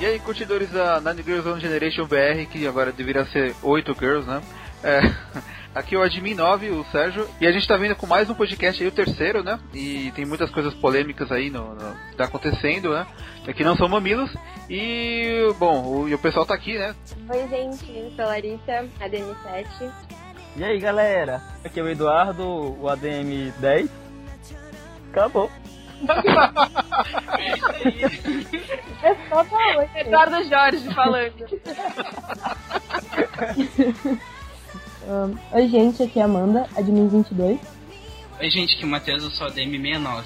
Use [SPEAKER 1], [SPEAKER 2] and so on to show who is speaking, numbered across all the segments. [SPEAKER 1] E aí, curtidores da Nine Girls One Generation BR, que agora deveria ser 8 Girls, né? É, aqui é o Admin 9, o Sérgio, e a gente tá vindo com mais um podcast aí, o terceiro, né? E tem muitas coisas polêmicas aí no, no que tá acontecendo, né? Aqui não são mamilos. E bom, o, e o pessoal tá aqui, né?
[SPEAKER 2] Oi, gente, eu sou a Larissa, ADM7.
[SPEAKER 3] E aí, galera? Aqui é o Eduardo, o ADM10. Acabou.
[SPEAKER 2] É só pra hoje.
[SPEAKER 4] Eduardo Jorge falando.
[SPEAKER 2] Ahn, Oi, gente, aqui é a Amanda, admin 22.
[SPEAKER 5] Oi, gente, que o Matheus eu sou DM69.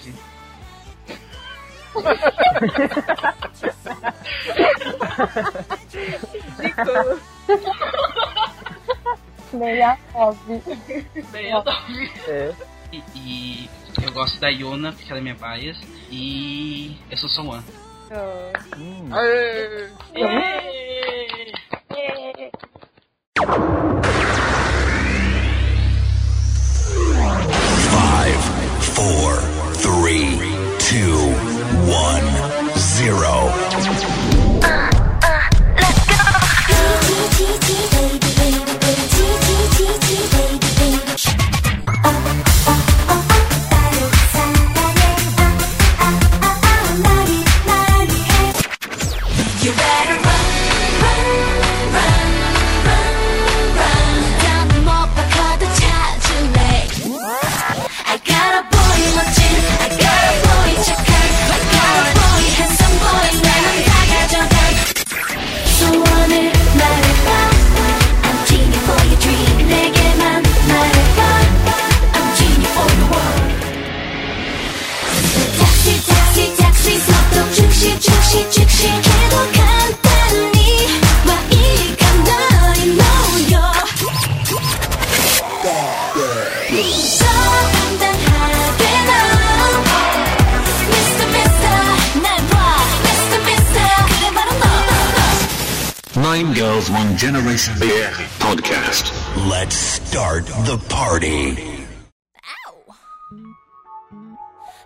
[SPEAKER 2] Meia óbvio.
[SPEAKER 4] Bem, eu tô...
[SPEAKER 3] É.
[SPEAKER 5] E, e eu gosto da Yona, porque ela é minha bias. E eu sou só um uma.
[SPEAKER 3] Hum.
[SPEAKER 1] Aê!
[SPEAKER 6] Five, four, three, two, one, zero.
[SPEAKER 7] You better run, run, run, run, run. 난 못 박아도 찾을래. I got a boy 멋진, I got a boy 착한, I got a boy handsome boy 나는 다 가져가. 소원을 말해봐, I'm genie for your dream. 내게만 말해봐, I'm genie for the world. 택시 택시 택시 속도 즉시 즉시 즉시 해도 간단히 마이감 너의 노요 더 단단하게 넌 Mr. Mister 날봐 Mr. Mister 그래 바로 너
[SPEAKER 6] Nine Girls, One Generation Beer Podcast. Let's start the party.
[SPEAKER 7] Ow!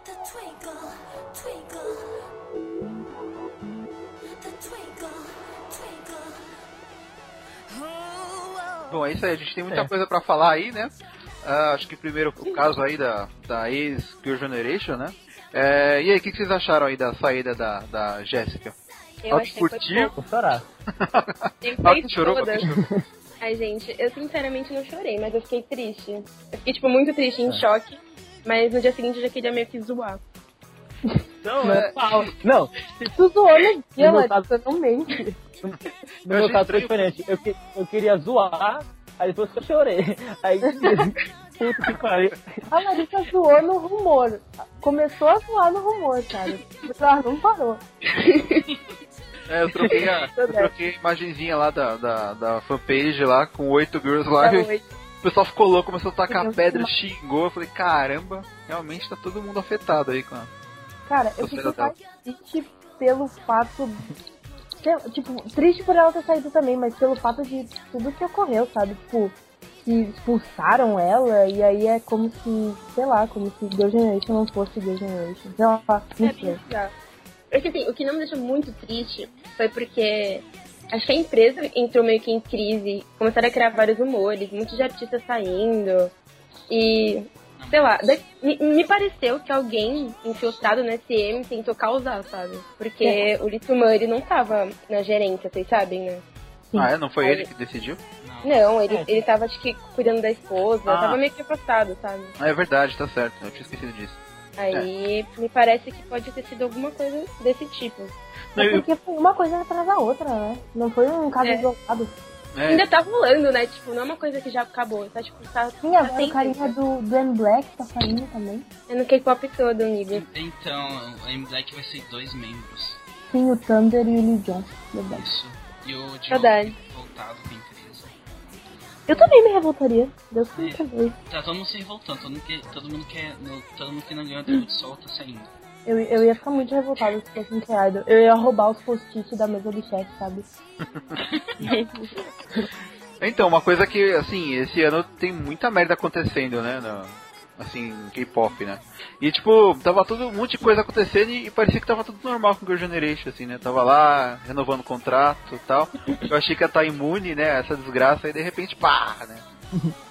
[SPEAKER 7] The twinkle, twinkle. The twinkle, twinkle. Oh, oh.
[SPEAKER 1] Bom, é isso aí, a gente tem muita coisa pra falar aí, né? Ah, acho que primeiro o caso aí da, da ex-Girl Generation, né? É, e aí, o que, que vocês acharam aí da saída da, da Jéssica?
[SPEAKER 2] Eu
[SPEAKER 1] Ela
[SPEAKER 2] achei
[SPEAKER 1] que
[SPEAKER 2] que
[SPEAKER 1] curtiu?
[SPEAKER 3] Vou chorar.
[SPEAKER 2] foi
[SPEAKER 1] Ela que chorou? Ela
[SPEAKER 2] todas.
[SPEAKER 1] que chorou?
[SPEAKER 2] Ai, gente, eu sinceramente não chorei, mas eu fiquei triste. Eu fiquei, tipo, muito triste,
[SPEAKER 1] É.
[SPEAKER 2] em choque. Mas no dia seguinte eu já queria meio que zoar.
[SPEAKER 1] Então, é,
[SPEAKER 3] Não,
[SPEAKER 2] Tu zoou no dia,
[SPEAKER 3] Não, tá-
[SPEAKER 2] Larissa, não mente.
[SPEAKER 3] no
[SPEAKER 1] Eu
[SPEAKER 3] meu
[SPEAKER 1] achei
[SPEAKER 3] caso foi
[SPEAKER 1] estranho.
[SPEAKER 3] diferente. Eu, que- eu queria zoar, aí depois eu chorei. Aí. Puta que pariu.
[SPEAKER 2] A Larissa zoou no rumor. Começou a zoar no rumor, cara. Ela não parou.
[SPEAKER 1] É, eu troquei a, eu troquei a imagenzinha lá da, da, da fanpage lá, com oito girls lá, e o pessoal ficou louco, começou a tacar
[SPEAKER 2] Deus,
[SPEAKER 1] pedra, xingou, eu falei, caramba, realmente tá todo mundo afetado aí com a...
[SPEAKER 2] Cara, eu
[SPEAKER 1] Você
[SPEAKER 2] fiquei
[SPEAKER 1] já tá-
[SPEAKER 2] mais triste pelo fato. sei lá, Tipo, triste por ela ter saído também, mas pelo fato de tudo que ocorreu, sabe? Tipo, que expulsaram ela e aí é como se, sei lá, como se Girl Generation não fosse Girl Generation. Sei lá, não sei.
[SPEAKER 8] é Porque assim, o que não me deixou muito triste foi porque acho que a empresa entrou meio que em crise, começaram a criar vários humores, muitos artistas saindo. E, sei lá, da- me, me pareceu que alguém infiltrado no SM tentou causar, sabe? Porque o Litsumã, ele não tava na gerência, vocês sabem, né?
[SPEAKER 1] Ah, é? Não foi ele que decidiu?
[SPEAKER 8] Não, ele,
[SPEAKER 3] É.
[SPEAKER 8] ele tava, acho que, cuidando da esposa,
[SPEAKER 1] Ah.
[SPEAKER 8] tava meio que afastado, sabe?
[SPEAKER 1] Ah, é verdade, tá certo, eu tinha esquecido disso.
[SPEAKER 8] Aí, me parece que pode ter sido alguma coisa desse tipo.
[SPEAKER 1] Não,
[SPEAKER 2] É
[SPEAKER 1] eu-
[SPEAKER 2] porque foi uma coisa atrás da outra, né? Não foi um caso
[SPEAKER 8] É.
[SPEAKER 2] isolado.
[SPEAKER 1] é,
[SPEAKER 8] Ainda tá rolando, né? Tipo, não é uma coisa que já acabou. Tá, tipo, tá,
[SPEAKER 2] Sim, agora
[SPEAKER 8] tá
[SPEAKER 2] o carinha do Ben Black tá saindo também.
[SPEAKER 8] É no K-pop todo, amigo.
[SPEAKER 5] Então, o M Black vai ser dois membros.
[SPEAKER 2] Sim, o Thunder e o Lee Johnson. verdade.
[SPEAKER 5] Isso. E o
[SPEAKER 8] Verdade.
[SPEAKER 5] Diogo voltado com a empresa.
[SPEAKER 2] Eu também me revoltaria. Deus que me perdoe.
[SPEAKER 5] Tá todo mundo se revoltando, todo mundo que, todo mundo que, é- no- todo mundo que não ganhou o tempo de sol tá saindo.
[SPEAKER 2] Eu, eu ia ficar muito revoltada se fosse um criado. Eu ia roubar os post-it da mesa do chefe, sabe?
[SPEAKER 1] Então, uma coisa que, assim, esse ano tem muita merda acontecendo, né? no- assim, K-pop, né? E tipo, tava todo um monte de coisa acontecendo e, e parecia que tava tudo normal com Girl Generation, assim, né? Tava lá, renovando o contrato e tal. Eu achei que ia estar imune, né? a Essa desgraça, e de repente, pá, né?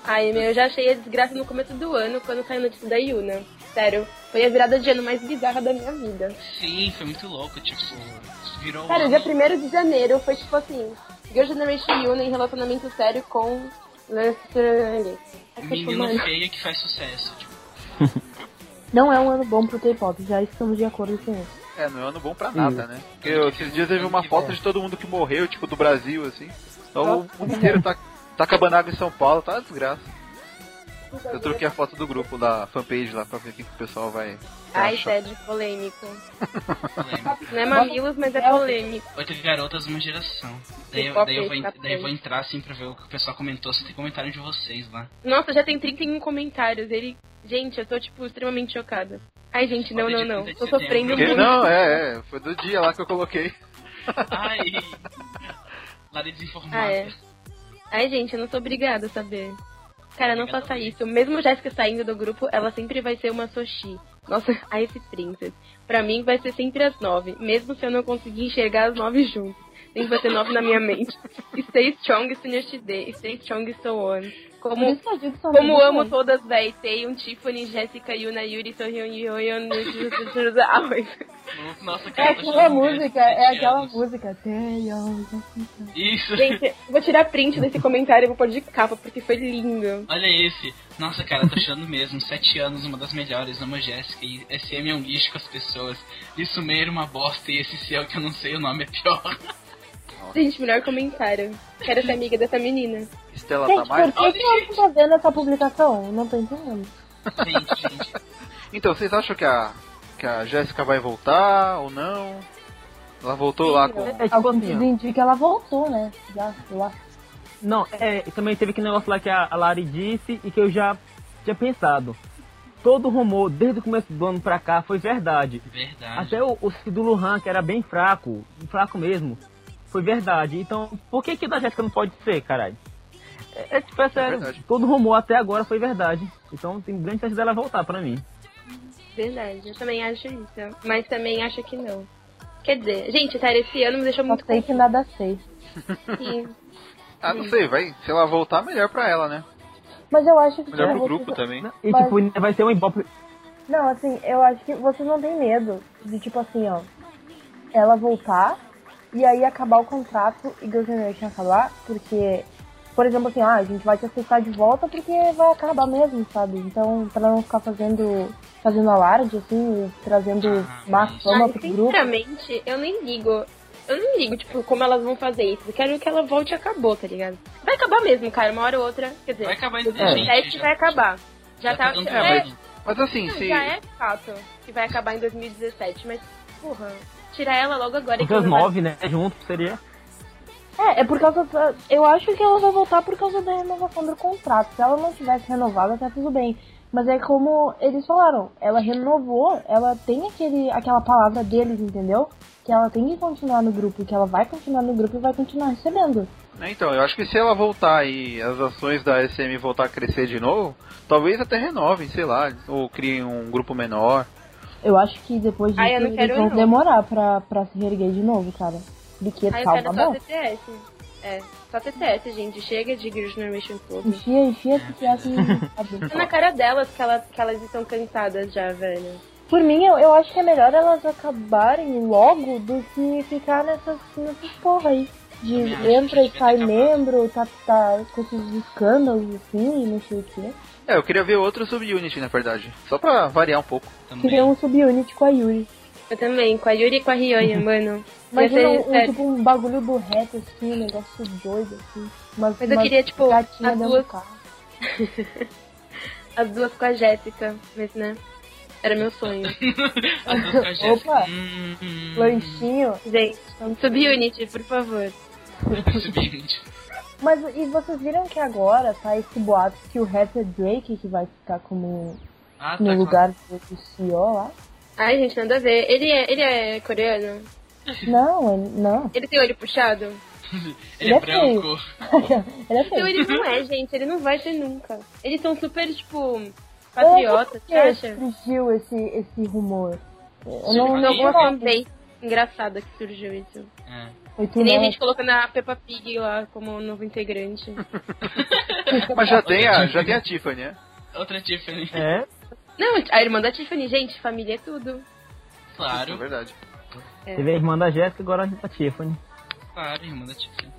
[SPEAKER 8] Ai, meu, eu já achei a desgraça no começo do ano, quando saiu a notícia da Yuna. Sério, foi a virada de ano mais bizarra da minha vida.
[SPEAKER 5] Sim, foi muito louco, tipo, virou.
[SPEAKER 8] Cara, dia 1 de janeiro foi tipo assim, Girl Generation Yuna em relacionamento sério com Lester. Ai, que
[SPEAKER 5] menina
[SPEAKER 8] mano.
[SPEAKER 5] feia que faz sucesso. Tipo,
[SPEAKER 2] Não é um ano bom pro K-pop, já estamos de acordo com isso.
[SPEAKER 1] É, não é ano bom pra nada, né? Porque eu- esses dias eu vi uma foto de todo mundo que morreu, tipo, do Brasil, assim. Então o mundo inteiro tá, tá acabando água em São Paulo, tá uma desgraça. Eu troquei a foto do grupo da fanpage lá pra ver o que que o pessoal vai.
[SPEAKER 8] Ai,
[SPEAKER 1] achar.
[SPEAKER 8] sério, polêmico.
[SPEAKER 5] lembra?
[SPEAKER 8] Não é mamilos, mas é polêmico.
[SPEAKER 5] Oito garotas, uma geração. Daí, eu-
[SPEAKER 8] Hip-hop
[SPEAKER 5] daí, eu vou, en-
[SPEAKER 8] tá
[SPEAKER 5] daí eu vou
[SPEAKER 8] bem.
[SPEAKER 5] entrar assim pra ver o que o pessoal comentou, se tem comentário de vocês lá.
[SPEAKER 8] Nossa, já tem 31 comentários. Ele. Gente, eu tô, tipo, extremamente chocada. Ai, gente, não,
[SPEAKER 5] Olha,
[SPEAKER 1] é
[SPEAKER 8] não,
[SPEAKER 5] dia
[SPEAKER 8] não.
[SPEAKER 5] 30 de
[SPEAKER 8] Tô sofrendo
[SPEAKER 5] setembro.
[SPEAKER 1] Porque-
[SPEAKER 8] muito.
[SPEAKER 1] não, é, é, foi do dia lá que eu coloquei.
[SPEAKER 5] Ai! Lara desinformada.
[SPEAKER 8] Ah, é. Ai, gente, eu não sou obrigada a saber. Cara, não faça isso. Mesmo Jéssica saindo do grupo, ela sempre vai ser uma Soshi. Nossa, ai, esse Princess. Pra mim, vai ser sempre as nove. Mesmo se eu não conseguir enxergar as nove juntas. Sempre vai ser nove na minha mente. Stay strong, senior today. Stay strong, so on.
[SPEAKER 2] Por
[SPEAKER 8] Como
[SPEAKER 2] isso que eu digo que são
[SPEAKER 8] Como
[SPEAKER 2] amigos
[SPEAKER 8] amo
[SPEAKER 2] bons.
[SPEAKER 8] todas, véi. Taeyun, Tiffany, Jéssica, Yuna, Yuri, Sohyun, Yoyon, Aoi.
[SPEAKER 5] Nossa,
[SPEAKER 2] É
[SPEAKER 5] cara, eu tô
[SPEAKER 2] aquela
[SPEAKER 5] achando que eu
[SPEAKER 2] música,
[SPEAKER 5] tenho
[SPEAKER 2] é
[SPEAKER 5] 17
[SPEAKER 2] aquela
[SPEAKER 5] anos.
[SPEAKER 2] música. Taeyong.
[SPEAKER 5] Isso!
[SPEAKER 8] Gente, vou tirar print desse comentário e vou pôr de capa, porque foi lindo.
[SPEAKER 5] Olha esse. Nossa, cara, tô achando mesmo. Sete anos, uma das melhores. Amo a Jéssica. E SM é um lixo com as pessoas. Isso meio era uma bosta. E esse céu que eu não sei o nome é pior.
[SPEAKER 8] Gente, melhor comentário. Quero ser amiga dessa menina.
[SPEAKER 1] Estela tá
[SPEAKER 2] Gente,
[SPEAKER 1] Tamar.
[SPEAKER 2] por que que eu não tô vendo essa publicação? Não tô entendendo.
[SPEAKER 5] Gente, gente.
[SPEAKER 1] Então, vocês acham que a, que a Jéssica vai voltar ou não? Ela voltou lá com.
[SPEAKER 3] É tipo
[SPEAKER 2] Algo que
[SPEAKER 3] assim, ó.
[SPEAKER 2] tudo indica, ela voltou, né? Já, eu acho.
[SPEAKER 3] Não, é, e também teve aquele negócio lá que a, a Lari disse e que eu já tinha pensado. Todo rumor, desde o começo do ano pra cá, foi verdade.
[SPEAKER 5] Verdade.
[SPEAKER 3] Até o, o site do Luhan, que era bem fraco, fraco mesmo, foi verdade. Então, por que que o da Jéssica não pode ser, caralho? É, é tipo, é sério,
[SPEAKER 1] verdade.
[SPEAKER 3] todo rumor até agora foi verdade. Então tem grande chance dela voltar pra mim.
[SPEAKER 8] Verdade, eu também acho isso. Mas também acho que não. Quer dizer, gente, sério, esse ano me deixou
[SPEAKER 2] Só
[SPEAKER 8] muito
[SPEAKER 2] sei que nada sei.
[SPEAKER 8] confusa.
[SPEAKER 1] Ah, não sei, vai. Se ela voltar, melhor pra ela, né?
[SPEAKER 2] Mas eu acho que.
[SPEAKER 1] Melhor
[SPEAKER 2] eu
[SPEAKER 1] pro
[SPEAKER 2] vou-
[SPEAKER 1] grupo também.
[SPEAKER 3] E
[SPEAKER 2] Mas-
[SPEAKER 3] tipo, vai ser um ibope.
[SPEAKER 2] Não, assim, eu acho que vocês não têm medo de, tipo assim, ó. Ela voltar e aí acabar o contrato e Girl Generation acabar, "Ah, porque. Por exemplo, assim, ah, a gente vai te aceitar de volta porque vai acabar mesmo, sabe? Então, pra não ficar fazendo. fazendo alarde, assim, e trazendo
[SPEAKER 5] Ah,
[SPEAKER 2] má
[SPEAKER 5] mas-
[SPEAKER 2] fama
[SPEAKER 8] Ai,
[SPEAKER 2] pro grupo.
[SPEAKER 8] sinceramente, eu nem ligo. Eu não ligo, tipo, como elas vão fazer isso. Eu quero que ela volte e acabou, tá ligado? Vai acabar mesmo, cara, uma hora ou outra. Quer dizer,
[SPEAKER 5] Vai acabar
[SPEAKER 8] o
[SPEAKER 5] entre
[SPEAKER 3] É.
[SPEAKER 5] gente.
[SPEAKER 8] teste vai acabar. Já, tá.
[SPEAKER 5] dando
[SPEAKER 8] já, é,
[SPEAKER 5] trabalho.
[SPEAKER 1] Mas assim, se.
[SPEAKER 8] já é fato que vai acabar em 2017, mas, porra, tirar ela logo agora.
[SPEAKER 3] Porque os
[SPEAKER 8] que não vai-
[SPEAKER 3] nove, né? Junto seria.
[SPEAKER 2] É, é por causa. da- eu acho que ela vai voltar por causa da renovação do contrato. Se ela não tivesse renovado, até tudo bem. Mas é como eles falaram, ela renovou, ela tem aquele, aquela palavra deles, entendeu? Que ela tem que continuar no grupo, que ela vai continuar no grupo e vai continuar recebendo.
[SPEAKER 1] né, Então, eu acho que se ela voltar e as ações da SM voltar a crescer de novo, talvez até renovem, sei lá, ou criem um grupo menor.
[SPEAKER 2] Eu acho que depois disso
[SPEAKER 8] Ai, eu não
[SPEAKER 2] eles
[SPEAKER 8] quero
[SPEAKER 2] vão
[SPEAKER 8] não.
[SPEAKER 2] demorar pra, pra se reerguer de novo, cara. Porque
[SPEAKER 8] Aí eu
[SPEAKER 2] tal, tá
[SPEAKER 8] quero só
[SPEAKER 2] bom.
[SPEAKER 8] TTS. É, só TTS, gente. Chega de Girls' Generation todo.
[SPEAKER 2] Enfia, enfia esse piaço
[SPEAKER 8] É na cara delas que elas, que elas estão cansadas já, velho.
[SPEAKER 2] Por mim, eu, eu acho que é melhor elas acabarem logo do que ficar nessas, nessas porra aí. De
[SPEAKER 5] Também acho,
[SPEAKER 2] entra
[SPEAKER 5] acho
[SPEAKER 2] e
[SPEAKER 5] que
[SPEAKER 2] sai
[SPEAKER 5] devia ter acabado.
[SPEAKER 2] membro, tá, tá com esses escândalos assim, e não sei o quê.
[SPEAKER 1] É, eu queria ver outro subunit, na verdade. Só pra variar um pouco.
[SPEAKER 2] Queria
[SPEAKER 5] Também.
[SPEAKER 2] um subunit com a Yuri.
[SPEAKER 8] Eu também, com a Yuri e com a Ryoya, mano. Mas,
[SPEAKER 2] Uhum.
[SPEAKER 8] é,
[SPEAKER 2] Imagina
[SPEAKER 8] eu,
[SPEAKER 2] um, um, tipo, um bagulho do rap assim, um negócio doido assim. Mas,
[SPEAKER 8] mas eu queria, tipo,
[SPEAKER 2] gatinha
[SPEAKER 8] as
[SPEAKER 2] dentro
[SPEAKER 8] duas,
[SPEAKER 2] do carro.
[SPEAKER 8] as duas com a Jéssica, mas né? Era meu sonho.
[SPEAKER 5] As duas com a Jéssica.
[SPEAKER 2] Opa.
[SPEAKER 5] Tá Hum, hum,
[SPEAKER 2] Lanchinho.
[SPEAKER 8] Gente, subunit, por favor.
[SPEAKER 5] subunit.
[SPEAKER 2] Mas e vocês viram que agora tá esse boato que o rapper Drake que vai ficar como
[SPEAKER 5] Ah, tá.
[SPEAKER 2] no
[SPEAKER 5] claro.
[SPEAKER 2] lugar do do CEO lá?
[SPEAKER 8] Ai, gente, nada a ver. Ele é, ele é coreano?
[SPEAKER 2] Não, ele, não.
[SPEAKER 8] Ele tem olho puxado?
[SPEAKER 5] Ele
[SPEAKER 2] Ele é
[SPEAKER 5] é branco.
[SPEAKER 2] ele é feio.
[SPEAKER 8] Então ele não é, gente. Ele não vai ser nunca. Eles são super, tipo... Patriota,
[SPEAKER 2] Por
[SPEAKER 8] você
[SPEAKER 2] que
[SPEAKER 8] acha?
[SPEAKER 2] surgiu esse, esse rumor? é, tipo, Eu
[SPEAKER 5] Surgiu
[SPEAKER 2] não,
[SPEAKER 8] Foi
[SPEAKER 5] de
[SPEAKER 2] não
[SPEAKER 8] alguma
[SPEAKER 2] concordo.
[SPEAKER 8] fanbase engraçada que surgiu isso.
[SPEAKER 5] É.
[SPEAKER 2] Foi tu,
[SPEAKER 8] Que nem a
[SPEAKER 2] né?
[SPEAKER 8] gente colocando a Peppa Pig lá como novo integrante.
[SPEAKER 1] Mas já tem a, já tem a Tiffany, né?
[SPEAKER 5] Outra Tiffany,
[SPEAKER 3] É?
[SPEAKER 8] Não, a irmã da Tiffany, gente, família é tudo. É.
[SPEAKER 1] Isso é
[SPEAKER 5] claro.
[SPEAKER 1] verdade.
[SPEAKER 3] Teve a irmã da Jéssica, agora a gente tá Tiffany.
[SPEAKER 5] Claro, irmã da Tiffany.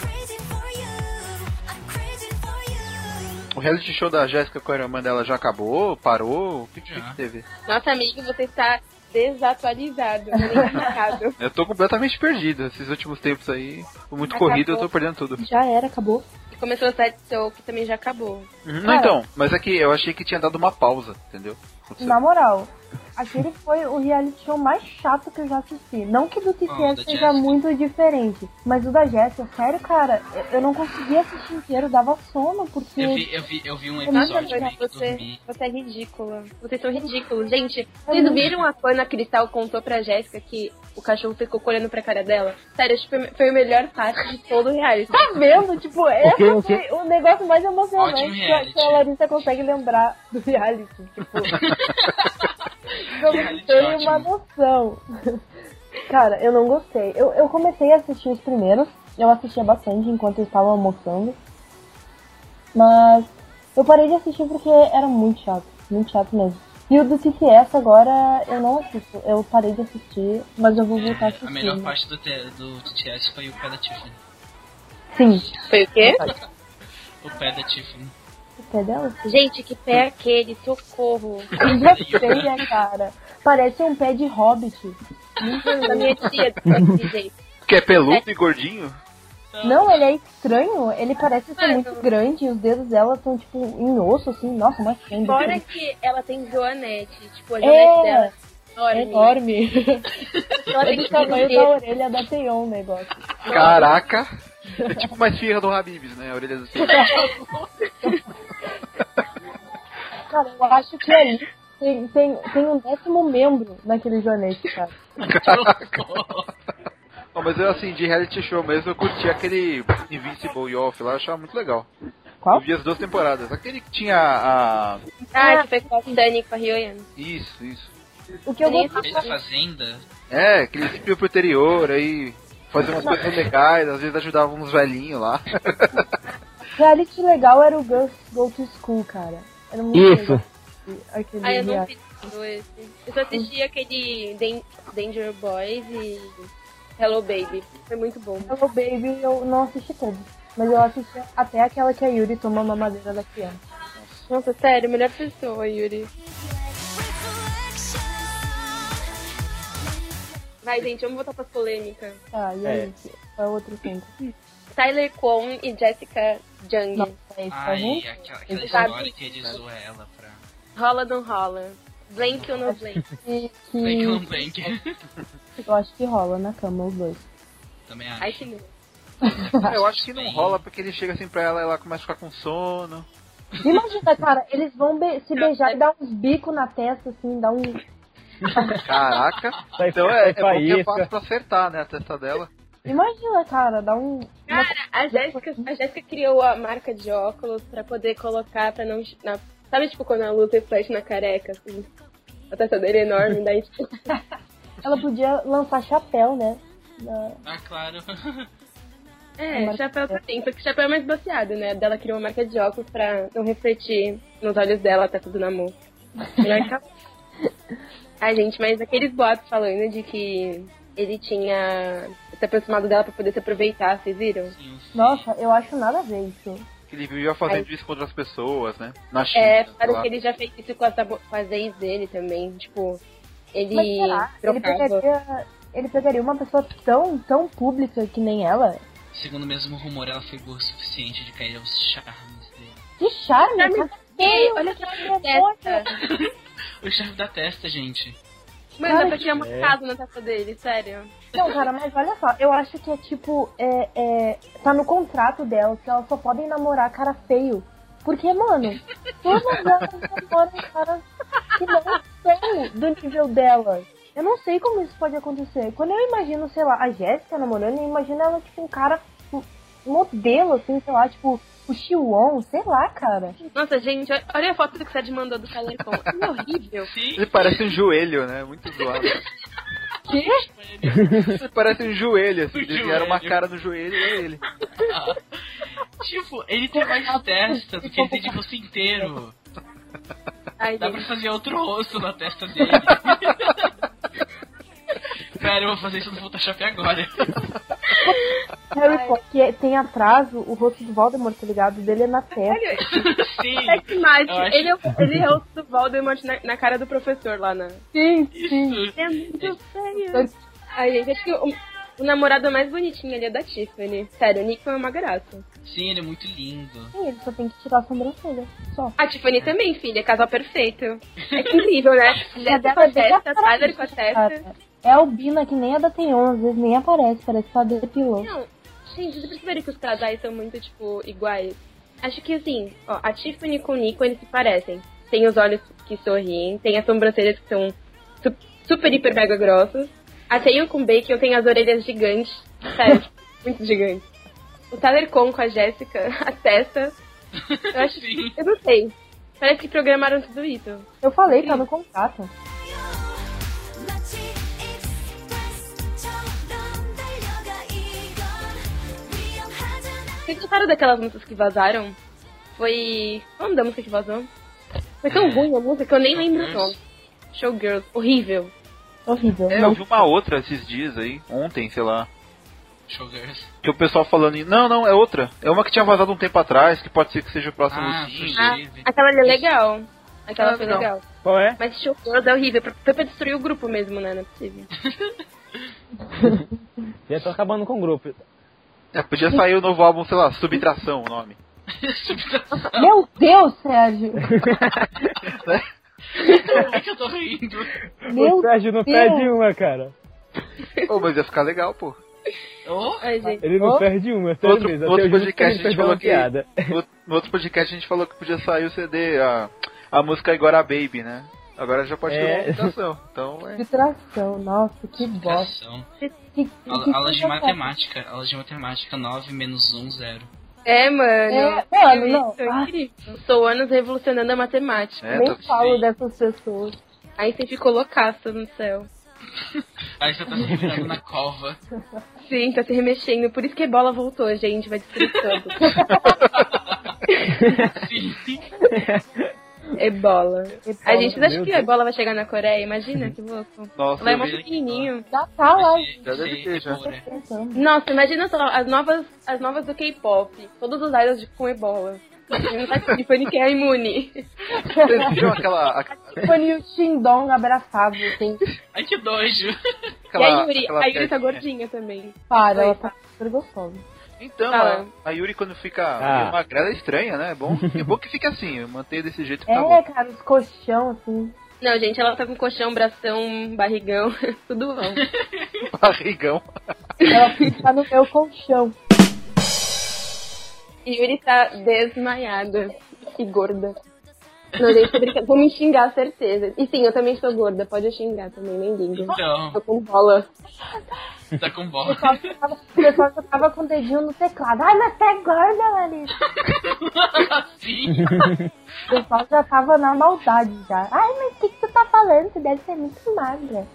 [SPEAKER 7] Crazy for you. I'm crazy for you.
[SPEAKER 1] O reality show da Jéssica com a irmã dela já acabou? Parou? O que, que
[SPEAKER 5] Já.
[SPEAKER 1] teve?
[SPEAKER 8] Nossa, amigo, você está desatualizado, né, nem marcado.
[SPEAKER 1] Eu tô completamente perdido. Esses últimos tempos aí, foi muito
[SPEAKER 8] Acabou.
[SPEAKER 1] corrido, eu tô perdendo tudo.
[SPEAKER 2] Já era, acabou.
[SPEAKER 8] E começou a side show que também já acabou.
[SPEAKER 1] Não, então, mas é que eu achei que tinha dado uma pausa, entendeu? Não sei.
[SPEAKER 2] Na moral, aquele foi o reality show mais chato que eu já assisti. Não que
[SPEAKER 5] Ah,
[SPEAKER 2] do
[SPEAKER 5] o
[SPEAKER 2] TCS
[SPEAKER 5] da
[SPEAKER 2] seja
[SPEAKER 5] Jéssica.
[SPEAKER 2] muito diferente, mas o da Jéssica, sério, cara, eu- eu não conseguia assistir inteiro, dava sono, porque.
[SPEAKER 5] Eu vi, eu vi, eu vi um
[SPEAKER 8] Nossa,
[SPEAKER 5] episódio meio que eu
[SPEAKER 8] você,
[SPEAKER 5] dormi.
[SPEAKER 8] você é ridícula. Vocês são ridículos. Gente, vocês não viram a Pana Cristal contou pra Jéssica que o cachorro ficou olhando pra cara dela? Sério, acho que foi- foi o melhor parte de todo o reality.
[SPEAKER 2] Tá vendo? Tipo, esse
[SPEAKER 3] quê? O
[SPEAKER 2] foi o negócio mais emocionante
[SPEAKER 5] Ótimo
[SPEAKER 2] que, a- que a
[SPEAKER 5] reality.
[SPEAKER 2] Larissa consegue lembrar do reality. Tipo, Então,
[SPEAKER 5] Reality
[SPEAKER 2] eu tenho
[SPEAKER 5] ótimo.
[SPEAKER 2] uma noção. Cara, eu não gostei. Eu, eu comecei a assistir os primeiros. Eu assistia bastante enquanto eu estava almoçando. Mas eu parei de assistir porque era muito chato. Muito chato mesmo. E o do TCS agora eu não assisto. Eu parei de assistir, mas eu vou voltar
[SPEAKER 5] É,
[SPEAKER 2] a assistir. né?
[SPEAKER 5] a melhor parte do, te- do TTS foi o pé da Tiffany.
[SPEAKER 2] Sim,
[SPEAKER 8] Foi o quê?
[SPEAKER 5] O pé da Tiffany.
[SPEAKER 2] o pé dela?
[SPEAKER 8] Gente, que pé é aquele? Socorro.
[SPEAKER 2] Coisa é feia, cara. Parece um pé de hobbit.
[SPEAKER 8] Da minha tia, daquele jeito.
[SPEAKER 1] Que é peludo e gordinho?
[SPEAKER 2] Não, ele é estranho. Ele parece ser
[SPEAKER 8] Mano.
[SPEAKER 2] muito grande. Os dedos dela são, tipo, em osso, assim. Nossa, É mais feio.
[SPEAKER 8] Fora que ela tem joanete, tipo, a joanete
[SPEAKER 2] É,
[SPEAKER 8] dela
[SPEAKER 2] é
[SPEAKER 8] é enorme.
[SPEAKER 2] enorme.
[SPEAKER 8] Ela
[SPEAKER 2] É
[SPEAKER 8] tem
[SPEAKER 2] do
[SPEAKER 8] que ter um
[SPEAKER 2] tamanho da
[SPEAKER 8] dedo.
[SPEAKER 2] orelha da Teon o negócio.
[SPEAKER 1] Caraca! É tipo uma esfirra do Habibs, né? A orelha do
[SPEAKER 2] Cara, eu acho que ali tem, tem, tem um décimo membro naquele joanete, cara.
[SPEAKER 1] Bom, mas eu, assim, de reality show mesmo, eu curti aquele Invincible Yoff lá, eu achava muito legal.
[SPEAKER 2] Qual?
[SPEAKER 1] Eu vi as duas temporadas. Aquele que tinha a... a-
[SPEAKER 8] Ah, que foi com a Dani com a Ryoyan.
[SPEAKER 1] Isso, isso.
[SPEAKER 2] O que eu
[SPEAKER 8] Sim.
[SPEAKER 2] gostei
[SPEAKER 5] Fez a fazenda.
[SPEAKER 1] É, aquele sempre pro interior, aí fazia umas coisas legais, às vezes ajudava uns velhinhos lá.
[SPEAKER 2] reality legal era o Girls Go to School, cara. Era muito
[SPEAKER 3] Isso.
[SPEAKER 2] legal esse- Aquele
[SPEAKER 8] Ah, eu não
[SPEAKER 2] reality.
[SPEAKER 8] fiz tudo esse. Eu só assisti aquele Dan- Danger Boys e Hello Baby. Foi muito bom.
[SPEAKER 2] Hello Baby eu não assisti todo, mas eu assisti até aquela que a Yuri toma uma madeira da criança.
[SPEAKER 8] Nossa, sério, melhor pessoa, Yuri. Vai, gente, vamos voltar pra polêmicas.
[SPEAKER 2] Tá, e aí? É outro tempo.
[SPEAKER 8] Tyler Kwon e Jessica Jung.
[SPEAKER 2] Não, é isso, tá
[SPEAKER 5] Ai,
[SPEAKER 2] ruim?
[SPEAKER 5] aquela, aquela
[SPEAKER 2] Ele
[SPEAKER 5] história que ele zoa ela pra.
[SPEAKER 8] Rola ou não rola? Blank ou não blank?
[SPEAKER 2] Que,
[SPEAKER 5] Blank ou não
[SPEAKER 2] que
[SPEAKER 5] blank?
[SPEAKER 2] eu acho que rola na cama os dois.
[SPEAKER 5] Também
[SPEAKER 8] Ai,
[SPEAKER 5] acho.
[SPEAKER 8] que lindo.
[SPEAKER 1] É, Eu acho que não rola porque ele chega assim pra ela e ela começa a ficar com sono.
[SPEAKER 2] Imagina, cara, eles vão be- se beijar e dar uns bicos na testa, assim, dar um.
[SPEAKER 1] Caraca!
[SPEAKER 3] Sai,
[SPEAKER 1] Então é, é bom que é
[SPEAKER 3] faísca.
[SPEAKER 1] fácil pra acertar, né, a testa dela.
[SPEAKER 2] Imagina, cara, dar um. uma-
[SPEAKER 8] Cara, a Jéssica, a Jéssica criou a marca de óculos pra poder colocar pra não. na- sabe, tipo, quando a luta reflete na careca, assim? A testa dele é enorme, daí, tipo,
[SPEAKER 2] Ela podia lançar chapéu, né? Na-
[SPEAKER 5] Ah, claro.
[SPEAKER 8] É,
[SPEAKER 2] Uma
[SPEAKER 8] chapéu também, só que chapéu é mais baseado, né? Dela criou uma marca de óculos pra não refletir nos olhos dela, tá tudo na mão. Melhor que a- Ai, gente, mas aqueles boatos falando de que ele tinha se aproximado dela pra poder se aproveitar, vocês viram?
[SPEAKER 5] Sim, sim.
[SPEAKER 2] Nossa, eu acho nada a ver isso.
[SPEAKER 1] Que ele vivia fazendo isso com outras pessoas, né? Na China.
[SPEAKER 8] É,
[SPEAKER 1] sei
[SPEAKER 8] parece
[SPEAKER 1] lá.
[SPEAKER 8] que ele já fez isso com as, abo- com as ex dele também, tipo,
[SPEAKER 2] Mas
[SPEAKER 8] ele
[SPEAKER 2] será?
[SPEAKER 8] trocava.
[SPEAKER 2] Ele pegaria, ele pegaria uma pessoa tão, tão pública que nem ela?
[SPEAKER 5] Segundo o mesmo rumor, ela foi boa o suficiente de cair aos charmes dele.
[SPEAKER 2] Que charme!
[SPEAKER 8] Charme
[SPEAKER 2] cara,
[SPEAKER 8] feio, olha
[SPEAKER 2] que
[SPEAKER 8] aquela
[SPEAKER 2] vergonha.
[SPEAKER 8] testa.
[SPEAKER 5] O charme da testa, gente.
[SPEAKER 8] Mano, dá
[SPEAKER 2] Cara,
[SPEAKER 8] pra tirar uma
[SPEAKER 5] É.
[SPEAKER 8] casa na testa dele, sério.
[SPEAKER 2] Não, cara, mas olha só, eu acho que é tipo, é, é, tá no contrato delas que elas só podem namorar cara feio. Porque, mano, todas elas namoram caras que não são do nível delas. Eu não sei como isso pode acontecer. Quando eu imagino, sei lá, a Jéssica namorando, eu imagino ela, tipo, um cara tipo, modelo, assim, sei lá, tipo, tipo Chiwon, sei lá, cara.
[SPEAKER 8] Nossa, gente, olha- olha a foto que o Sérgio mandou do Salercom. Que é horrível.
[SPEAKER 5] Sim,
[SPEAKER 1] Ele parece um joelho, né? Muito zoado.
[SPEAKER 2] Que?
[SPEAKER 1] Ele parece um joelho, assim.
[SPEAKER 5] Um
[SPEAKER 1] Desenharam uma
[SPEAKER 5] joelho.
[SPEAKER 1] cara no joelho e é ele.
[SPEAKER 5] tipo, ele tem mais testa do que ele tem de rosto inteiro.
[SPEAKER 8] Ai,
[SPEAKER 5] Dá
[SPEAKER 8] gente.
[SPEAKER 5] pra fazer outro rosto na testa dele. Pera, eu vou fazer isso no Photoshop agora.
[SPEAKER 2] Harry Potter que é- tem atraso, o rosto do Voldemort, tá ligado? O dele é na testa.
[SPEAKER 8] Olha, é
[SPEAKER 5] Sim,
[SPEAKER 8] que mais.
[SPEAKER 5] Eu acho-
[SPEAKER 8] Ele é, o- ele é o do Voldemort na, na cara do professor lá né? na.
[SPEAKER 2] Sim,
[SPEAKER 5] isso.
[SPEAKER 8] É muito feio. Ai, gente, acho que o, o namorado mais bonitinho ali é da Tiffany. Sério, o Nico é uma graça.
[SPEAKER 5] Sim, ele é muito lindo.
[SPEAKER 2] Sim, ele só tem que tirar a sobrancelha. Só.
[SPEAKER 8] A Tiffany também, filha, casal perfeito. É que incrível, né? Leda com a
[SPEAKER 2] Débora tem
[SPEAKER 8] testa,
[SPEAKER 2] aparece,
[SPEAKER 8] Tyler com a testa.
[SPEAKER 2] cara. É albina que nem a da Tenhon, às vezes nem aparece, parece que só depilou.
[SPEAKER 8] Não, gente, vocês perceberam que os casais são muito, tipo, iguais? Acho que, assim, ó, a Tiffany com o Nico, eles se parecem. Tem os olhos que sorriem, tem as sobrancelhas que são su- super, hiper, mega grossos. A Taylor com o Bacon tem as orelhas gigantes, sério, tipo, muito gigantes. O Tyler Con com a Jéssica, a testa. Eu acho
[SPEAKER 5] Sim.
[SPEAKER 8] eu não sei. Parece que programaram tudo isso.
[SPEAKER 2] Eu falei, tá no contrato.
[SPEAKER 7] 마치 익스프레스처럼 달려가 이건 위험하잖아
[SPEAKER 8] Vocês gostaram daquelas músicas que vazaram? Foi. Qual o nome da música que vazou? Foi tão ruim a música que eu nem lembro o nome. Showgirls, horrível.
[SPEAKER 2] Horrível.
[SPEAKER 1] É, eu
[SPEAKER 2] Não.
[SPEAKER 1] vi uma outra esses dias aí, ontem, sei lá.
[SPEAKER 5] Showgirls.
[SPEAKER 1] Que o pessoal falando, em- não, não, é outra. É uma que tinha vazado um tempo atrás, que pode ser que seja o próximo
[SPEAKER 5] Ah,
[SPEAKER 1] single.
[SPEAKER 5] fugiu.
[SPEAKER 8] Ah,
[SPEAKER 5] Horrível.
[SPEAKER 8] aquela ali é legal. Aquela
[SPEAKER 1] Ah,
[SPEAKER 8] foi
[SPEAKER 1] não.
[SPEAKER 8] legal.
[SPEAKER 3] Qual é?
[SPEAKER 8] Mas Showgirls é horrível. pra- Foi pra destruir o grupo mesmo, né? Não é possível.
[SPEAKER 3] Já tô acabando com o grupo.
[SPEAKER 1] É, podia sair o novo álbum, sei lá, Subtração o nome.
[SPEAKER 2] Meu Deus, Sérgio!
[SPEAKER 5] Como é que eu tô rindo?
[SPEAKER 2] Meu
[SPEAKER 3] o Sérgio não
[SPEAKER 2] Deus.
[SPEAKER 3] perde uma, cara.
[SPEAKER 1] Ô, mas ia ficar legal, pô.
[SPEAKER 5] Oh,
[SPEAKER 8] Ai, gente.
[SPEAKER 3] Ele não
[SPEAKER 2] Oh.
[SPEAKER 3] perde uma, sério
[SPEAKER 1] Outro,
[SPEAKER 3] mesmo. Até
[SPEAKER 1] outro
[SPEAKER 3] hoje ele
[SPEAKER 1] podcast a gente
[SPEAKER 3] perdeu uma
[SPEAKER 1] falou que.
[SPEAKER 3] piada.
[SPEAKER 1] o- No outro podcast a gente falou que podia sair o CD, a, a música Agora a Baby, né? Agora já pode ter
[SPEAKER 3] É.
[SPEAKER 1] uma mutação. Então é.
[SPEAKER 2] Subtração, nossa, que bosta.
[SPEAKER 5] Educação.
[SPEAKER 2] Que, que, que
[SPEAKER 5] Aula, aulas de
[SPEAKER 2] coisa
[SPEAKER 5] matemática. Aulas de matemática 9 menos 1, 0.
[SPEAKER 8] É, mano.
[SPEAKER 2] É, mano, não.
[SPEAKER 8] Isso, é
[SPEAKER 2] Ah.
[SPEAKER 8] incrível. Sou anos revolucionando a matemática.
[SPEAKER 1] é
[SPEAKER 2] Nem
[SPEAKER 1] tá-
[SPEAKER 2] falo dessas pessoas.
[SPEAKER 8] Aí você ficou loucaça no céu.
[SPEAKER 5] Aí você tá se virando na cova.
[SPEAKER 8] Sim, tá se remexendo. Por isso que a bola voltou, gente. Vai destruir tudo.
[SPEAKER 5] Sim.
[SPEAKER 8] Ebola. A gente
[SPEAKER 3] Meu
[SPEAKER 8] acha que
[SPEAKER 3] Deus.
[SPEAKER 8] a Ebola vai chegar na Coreia, imagina que louco.
[SPEAKER 1] Nossa,
[SPEAKER 8] Vai
[SPEAKER 1] eu
[SPEAKER 8] mó
[SPEAKER 1] vi-
[SPEAKER 8] pequenininho.
[SPEAKER 2] Já tá lá,
[SPEAKER 1] Já deve
[SPEAKER 5] Sim, é
[SPEAKER 1] ter, já.
[SPEAKER 5] Ebola.
[SPEAKER 2] pensando.
[SPEAKER 8] Nossa, imagina só as novas, as novas do K-pop. Todos os idols de- com Ebola. Imagina tá de pânico é imune.
[SPEAKER 1] Vocês viram aquela. a-
[SPEAKER 2] Fanny e o Xindong abraçado, assim.
[SPEAKER 5] Ai, que dojo.
[SPEAKER 1] aquela
[SPEAKER 8] e a Yuri,
[SPEAKER 1] aquela
[SPEAKER 8] a Yuri
[SPEAKER 1] piadinha?
[SPEAKER 8] tá gordinha também.
[SPEAKER 2] Para, ela
[SPEAKER 8] Oi.
[SPEAKER 2] tá super gostosa.
[SPEAKER 1] Então,
[SPEAKER 8] Tá.
[SPEAKER 1] a, a Yuri quando fica
[SPEAKER 3] Ah.
[SPEAKER 1] uma grela é estranha, né? É bom, é bom que fique assim, eu mantenho desse jeito que tá
[SPEAKER 2] É,
[SPEAKER 1] bom.
[SPEAKER 2] cara, os colchão, assim.
[SPEAKER 8] Não, gente, ela tá com colchão, bração, barrigão, tudo bom.
[SPEAKER 1] Barrigão.
[SPEAKER 2] Ela fica no meu colchão.
[SPEAKER 8] E Yuri tá desmaiada e gorda. Não, gente, tô brincando. Vou me xingar, certeza. E sim, eu também sou gorda, pode xingar também, nem ligo.
[SPEAKER 5] Então,
[SPEAKER 8] Tô com bola.
[SPEAKER 5] tá com bola.
[SPEAKER 2] Só que eu tava- eu só que eu tava com o dedinho no teclado. Ai, mas tá gorda, Larissa.
[SPEAKER 5] Sim.
[SPEAKER 2] O pessoal já tava na maldade já. Ai, mas o que, que tu tá falando? Tu deve ser muito magra.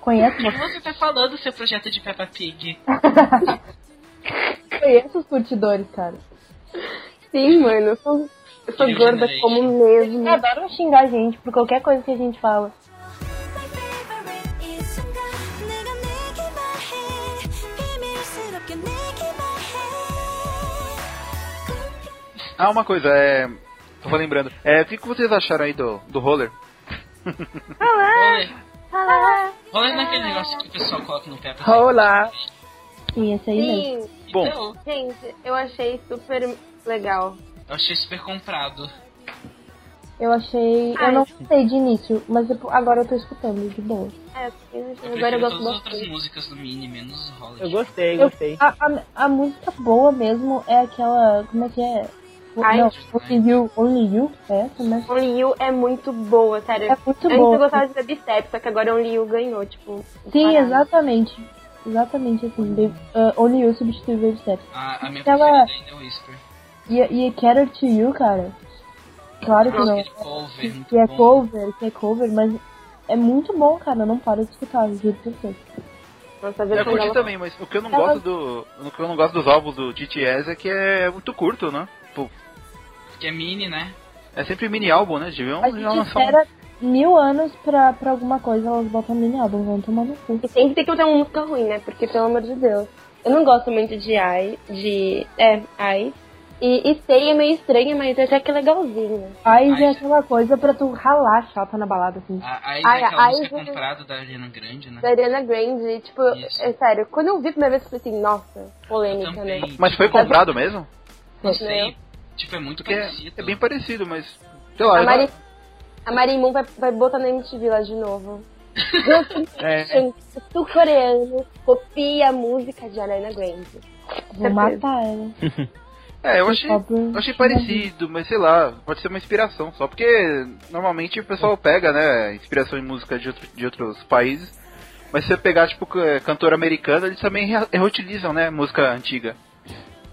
[SPEAKER 2] Conheço,
[SPEAKER 5] O que você tá falando, seu projeto de Peppa Pig?
[SPEAKER 2] conheço os curtidores, cara.
[SPEAKER 8] Sim, mano, eu sou, eu sou
[SPEAKER 5] Yuri
[SPEAKER 8] gorda
[SPEAKER 5] Generation.
[SPEAKER 8] como mesmo.
[SPEAKER 2] Adoram xingar a gente por qualquer coisa que a gente fala.
[SPEAKER 7] My favorite 이 순간 내가 내기만 해 비밀스럽게 내기만 해 꿈
[SPEAKER 1] Ah, uma coisa, é. Tô lembrando. É, o que, que vocês acharam aí do, do roller?
[SPEAKER 5] Olha,
[SPEAKER 2] Ah,
[SPEAKER 5] olha naquele negócio que o pessoal coloca no Peppa Pig.
[SPEAKER 3] Olá.
[SPEAKER 2] sim, esse aí mesmo.
[SPEAKER 8] Sim,
[SPEAKER 1] Bom,
[SPEAKER 5] Então,
[SPEAKER 8] gente, eu achei super legal.
[SPEAKER 5] eu achei super comprado.
[SPEAKER 2] Eu achei.
[SPEAKER 8] Ah,
[SPEAKER 2] eu não gostei de início, mas depo- agora eu tô escutando de boa.
[SPEAKER 8] É,
[SPEAKER 5] Eu
[SPEAKER 8] agora eu
[SPEAKER 5] prefiro
[SPEAKER 8] gosto
[SPEAKER 5] todas as outras
[SPEAKER 8] bastante.
[SPEAKER 5] músicas do Mini, menos o
[SPEAKER 3] Eu
[SPEAKER 5] Holiday.
[SPEAKER 3] gostei,
[SPEAKER 2] Eu-
[SPEAKER 3] gostei.
[SPEAKER 2] a, a, a música boa mesmo é aquela. Como é que é?
[SPEAKER 8] Ai,
[SPEAKER 2] não, Only You, Only You, é essa, né?
[SPEAKER 8] Only You é muito boa, sério.
[SPEAKER 2] É muito
[SPEAKER 8] Antes eu
[SPEAKER 2] boa.
[SPEAKER 8] gostava de Dubstep, só que agora Only You ganhou, tipo...
[SPEAKER 2] Sim,
[SPEAKER 8] parada.
[SPEAKER 2] exatamente. Exatamente assim. de- ah, uh, Only You substitui o Baby Steps.
[SPEAKER 5] A, a minha
[SPEAKER 2] Ela-
[SPEAKER 5] preferida ainda é Whisper.
[SPEAKER 2] E, e Cater to You, cara. Claro que não.
[SPEAKER 5] Música de cover, muito
[SPEAKER 2] Que é
[SPEAKER 5] bom.
[SPEAKER 2] cover, que é cover, mas é muito bom, cara. Eu não paro de escutar, juro pra você.
[SPEAKER 9] Nossa, a
[SPEAKER 1] Eu
[SPEAKER 9] versão
[SPEAKER 1] curti
[SPEAKER 9] dela
[SPEAKER 1] também, mas o que eu não gosto do. O que eu não gosto dos álbuns do GTS é que é muito curto, né? Tipo,
[SPEAKER 5] Que é mini, né?
[SPEAKER 1] é sempre mini álbum, né? Deviam
[SPEAKER 2] A
[SPEAKER 1] já
[SPEAKER 2] gente
[SPEAKER 1] lançar um.
[SPEAKER 2] espera mil anos pra, pra alguma coisa, elas botam mini álbum, vão tomar no cu.
[SPEAKER 8] E sempre tem que botar uma música ruim, né? Porque, pelo amor de Deus. Eu não gosto muito de Ai. De. É, Ai. E, e sei é meio estranha, mas até que é legalzinha.
[SPEAKER 2] Mas é
[SPEAKER 5] Mas-
[SPEAKER 2] aquela coisa pra tu ralar a chapa na balada, assim.
[SPEAKER 1] Ah,
[SPEAKER 5] A, aí
[SPEAKER 8] Ai,
[SPEAKER 5] é aquela
[SPEAKER 8] ai,
[SPEAKER 5] música
[SPEAKER 8] eu-
[SPEAKER 5] comprada da Ariana Grande, né?
[SPEAKER 8] Da Ariana Grande, tipo,
[SPEAKER 5] Isso.
[SPEAKER 8] é sério, quando eu vi a primeira vez, eu falei assim, nossa,
[SPEAKER 5] Eu
[SPEAKER 8] polêmica, né?
[SPEAKER 5] também. tipo,
[SPEAKER 1] Mas foi comprado mesmo?
[SPEAKER 5] Não
[SPEAKER 8] né?
[SPEAKER 5] sei. Tipo, é muito
[SPEAKER 1] Porque é,
[SPEAKER 5] parecido.
[SPEAKER 1] é bem parecido, mas. Sei lá,
[SPEAKER 8] A
[SPEAKER 1] eu
[SPEAKER 8] Mari,
[SPEAKER 1] não-
[SPEAKER 8] a Mari Moon vai, vai botar na MTV lá de novo.
[SPEAKER 1] é,
[SPEAKER 8] Gente, sul-coreano copia a música de Ariana Grande.
[SPEAKER 2] Vou tipo, matar ela.
[SPEAKER 1] é, eu achei.
[SPEAKER 2] Só pra-
[SPEAKER 1] Eu achei parecido, mas sei lá, pode ser uma inspiração. Só porque normalmente o pessoal pega, né, inspiração em música de, outro- de outros países. Mas se você pegar, tipo, c- cantora americana, eles também re- reutilizam, né, música antiga.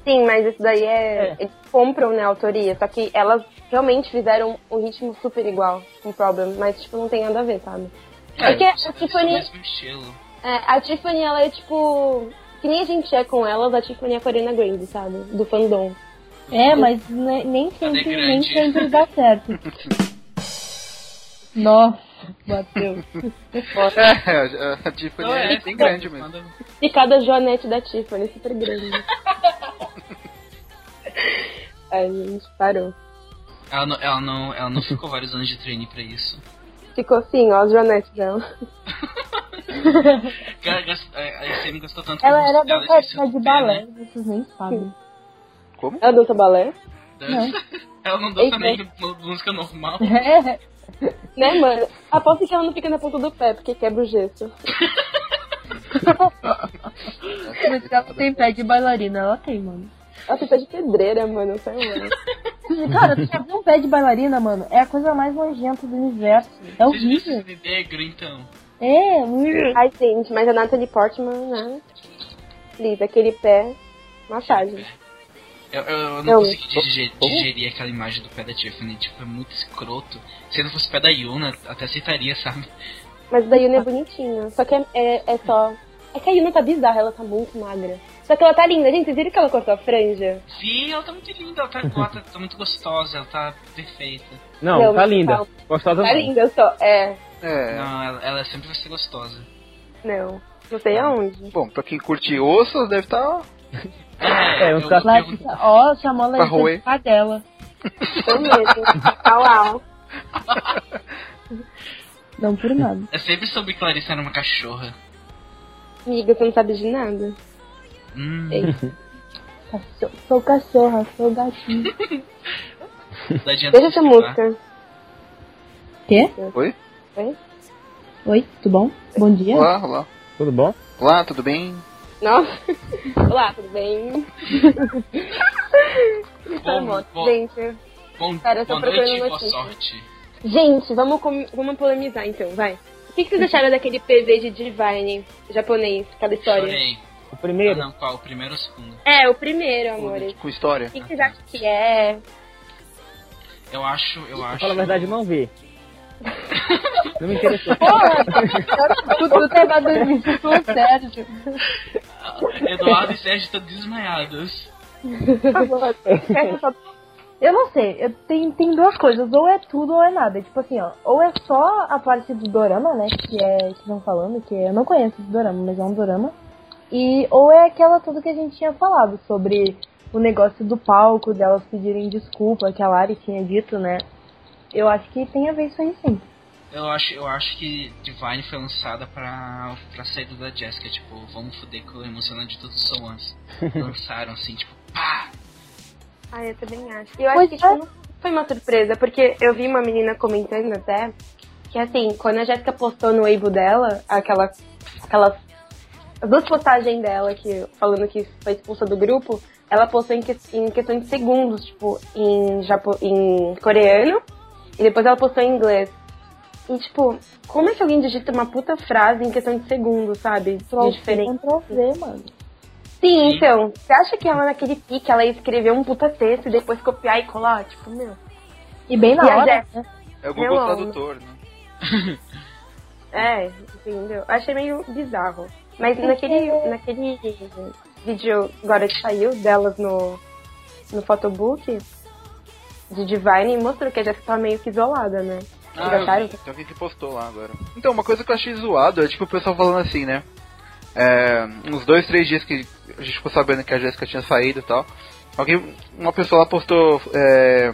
[SPEAKER 8] Sim, mas isso daí é,
[SPEAKER 3] É.
[SPEAKER 8] Eles compram, né, a autoria. Só que elas realmente fizeram um ritmo super igual com Problem. Mas, tipo, não tem nada a ver, sabe? É que a
[SPEAKER 5] você tem
[SPEAKER 8] Tiffany-
[SPEAKER 5] esse mesmo estilo.
[SPEAKER 8] É, a Tiffany, ela é, tipo... Que nem a gente é com elas, a Tiffany é com a Ariana Grande, sabe? Do fandom.
[SPEAKER 2] É, mas ne- nem sempre,
[SPEAKER 5] grande.
[SPEAKER 2] nem sempre dá certo. Nossa, bateu.
[SPEAKER 1] É, a Tiffany
[SPEAKER 5] Não,
[SPEAKER 1] é, bem grande mesmo.
[SPEAKER 5] Então, tipo, Quando-
[SPEAKER 8] E cada Joanete da Tiffany, super grande. Ai, gente, parou.
[SPEAKER 5] Ela não, ela, não, ela não ficou vários anos de treine pra isso.
[SPEAKER 8] Ficou assim, ó, a Joanete dela.
[SPEAKER 5] Cara, gas- A a SM gastou tanto
[SPEAKER 2] Ela
[SPEAKER 5] com
[SPEAKER 2] era
[SPEAKER 5] música, ela esqueceu
[SPEAKER 2] dançarina de
[SPEAKER 5] do pé,
[SPEAKER 2] balé,
[SPEAKER 5] né?
[SPEAKER 2] vocês nem sabem.
[SPEAKER 8] Ela dança É balé?
[SPEAKER 5] Dança. Ela não dança
[SPEAKER 8] Eita.
[SPEAKER 5] nem no- música normal.
[SPEAKER 2] É,
[SPEAKER 8] Né, mano? Aposto que ela não fica na ponta do pé, porque quebra o gesso.
[SPEAKER 2] mas se ela tem pé de bailarina, ela tem, mano.
[SPEAKER 8] Ela tem pé de pedreira, mano, tá sei lá.
[SPEAKER 2] Cara, tu já viu um pé de bailarina, mano? É a coisa mais nojenta do universo. É
[SPEAKER 5] Vocês viram
[SPEAKER 2] horrível.
[SPEAKER 5] esse negro, então.
[SPEAKER 2] É, horrível.
[SPEAKER 8] Ai, gente, mas a Natalie Portman, né? Lisa, aquele pé, massagem.
[SPEAKER 5] Eu, eu- eu
[SPEAKER 8] Não.
[SPEAKER 5] não consegui digerir, digerir aquela imagem do pé da Tiffany, tipo, é muito escroto. Se não fosse o pé da Yuna, até aceitaria, sabe?
[SPEAKER 8] Mas o da Yuna é bonitinho. Só que é, é, é só. É que a Yuna tá bizarra, ela tá muito magra. Só que ela tá linda, gente. Vocês viram que ela cortou a franja?
[SPEAKER 5] Sim, ela tá muito linda, ela tá, ela tá, tá muito gostosa, ela tá perfeita.
[SPEAKER 3] Não,
[SPEAKER 8] Não,
[SPEAKER 3] tá
[SPEAKER 8] não
[SPEAKER 3] linda.
[SPEAKER 8] fala.
[SPEAKER 3] Gostosa
[SPEAKER 8] Tá
[SPEAKER 3] não.
[SPEAKER 8] linda, eu só. É,
[SPEAKER 1] É.
[SPEAKER 5] Não, ela, ela sempre vai ser gostosa.
[SPEAKER 8] não. Não sei aonde.
[SPEAKER 1] Bom, pra quem curte ossos, deve tá estar.
[SPEAKER 5] É,
[SPEAKER 3] eu
[SPEAKER 5] eu,
[SPEAKER 3] tá-
[SPEAKER 5] eu-
[SPEAKER 2] Larissa, ó, chamou a
[SPEAKER 1] Pra roer.
[SPEAKER 2] Larissa de cadela.
[SPEAKER 8] Eu mesmo. Au, au.
[SPEAKER 2] Não por nada.
[SPEAKER 5] eu sempre soube que Larissa era uma cachorra.
[SPEAKER 8] Amiga, você não sabe de nada.
[SPEAKER 5] Hum,
[SPEAKER 2] Cachorro- Sou cachorra, sou gatinho.
[SPEAKER 5] não adianta
[SPEAKER 8] Deixa essa
[SPEAKER 5] falar.
[SPEAKER 8] música.
[SPEAKER 2] Quê?
[SPEAKER 1] Oi?
[SPEAKER 2] Oi, tudo bom? Bom dia.
[SPEAKER 1] Olá, olá.
[SPEAKER 3] Tudo bom?
[SPEAKER 1] Olá, tudo bem?
[SPEAKER 8] Nossa. Olá, tudo bem? Isso é
[SPEAKER 5] Bom,
[SPEAKER 8] moto.
[SPEAKER 5] bom.
[SPEAKER 8] Gente,
[SPEAKER 5] Bom,
[SPEAKER 8] Cara, eu tô
[SPEAKER 5] boa noite,
[SPEAKER 8] procurando
[SPEAKER 5] boa
[SPEAKER 8] notícia.
[SPEAKER 5] sorte.
[SPEAKER 8] gente, vamos, com- vamos polemizar então, vai. O que, que
[SPEAKER 5] Uhum.
[SPEAKER 8] vocês acharam daquele PV de Divine japonês? Cada história.
[SPEAKER 5] Chorei.
[SPEAKER 3] O
[SPEAKER 5] Ah,
[SPEAKER 3] primeiro?
[SPEAKER 5] não, qual? O primeiro ou o segundo?
[SPEAKER 8] É, o primeiro, amores.
[SPEAKER 1] Com história.
[SPEAKER 8] O que, que vocês acham que é?
[SPEAKER 5] Eu acho, eu acho.
[SPEAKER 3] Fala a verdade, eu não vi. Não me interessou.
[SPEAKER 2] Tudo levado nisso, tudo Sérgio.
[SPEAKER 5] Eduardo e Sérgio estão desmaiados.
[SPEAKER 8] Por favor, fecha essa
[SPEAKER 2] Eu não sei, eu tem, tem duas coisas, ou é tudo ou é nada. Tipo assim, ó, ou é só a parte do dorama, né? Que é que estão falando, que eu não conheço esse dorama, mas é um dorama. E ou é aquela tudo que a gente tinha falado sobre o negócio do palco, delas pedirem desculpa, que a Lari tinha dito, né? Eu acho que tem a ver isso aí sim.
[SPEAKER 5] Eu acho, eu acho que Divine foi lançada pra, pra saída da Jessica, tipo, vamos foder com o emocionante de todos os sons. Lançaram assim, tipo, pá!
[SPEAKER 8] Ah, eu também acho. E eu acho
[SPEAKER 2] Pois
[SPEAKER 8] que
[SPEAKER 2] é.
[SPEAKER 8] tipo, não foi uma surpresa, porque eu vi uma menina comentando até que assim, quando a Jéssica postou no Weibo dela, aquela. aquelas as duas postagens dela que falando que foi expulsa do grupo, ela postou em, que, em questão de segundos, tipo, em, japo, em coreano, e depois ela postou em inglês. E tipo, como é que alguém digita uma puta frase em questão de segundos, sabe? De
[SPEAKER 2] Ctrl C,
[SPEAKER 8] diferente.
[SPEAKER 2] Ctrl V, mano.
[SPEAKER 8] Sim,
[SPEAKER 5] Sim.
[SPEAKER 8] então. Você acha que ela naquele pique ela ia escrever um puta texto e depois copiar e colar? Tipo, meu.
[SPEAKER 2] E bem na
[SPEAKER 8] E a
[SPEAKER 2] hora.
[SPEAKER 8] Jéssica?
[SPEAKER 2] né?
[SPEAKER 1] É o Google
[SPEAKER 8] Eu amo.
[SPEAKER 1] Tradutor, né?
[SPEAKER 8] É, entendeu? Achei meio bizarro. Mas naquele, naquele vídeo agora que saiu delas no, no photobook de Divine mostrou que a Jéssica tava meio que isolada, né?
[SPEAKER 1] Ah,
[SPEAKER 8] Vocês acharam?
[SPEAKER 1] eu vi. Tem alguém que postou lá agora. Então, uma coisa que eu achei zoado é tipo o pessoal falando assim, né? É, uns dois, três dias que a gente ficou sabendo que a Jéssica tinha saído e tal. Alguém, uma pessoa lá postou. É,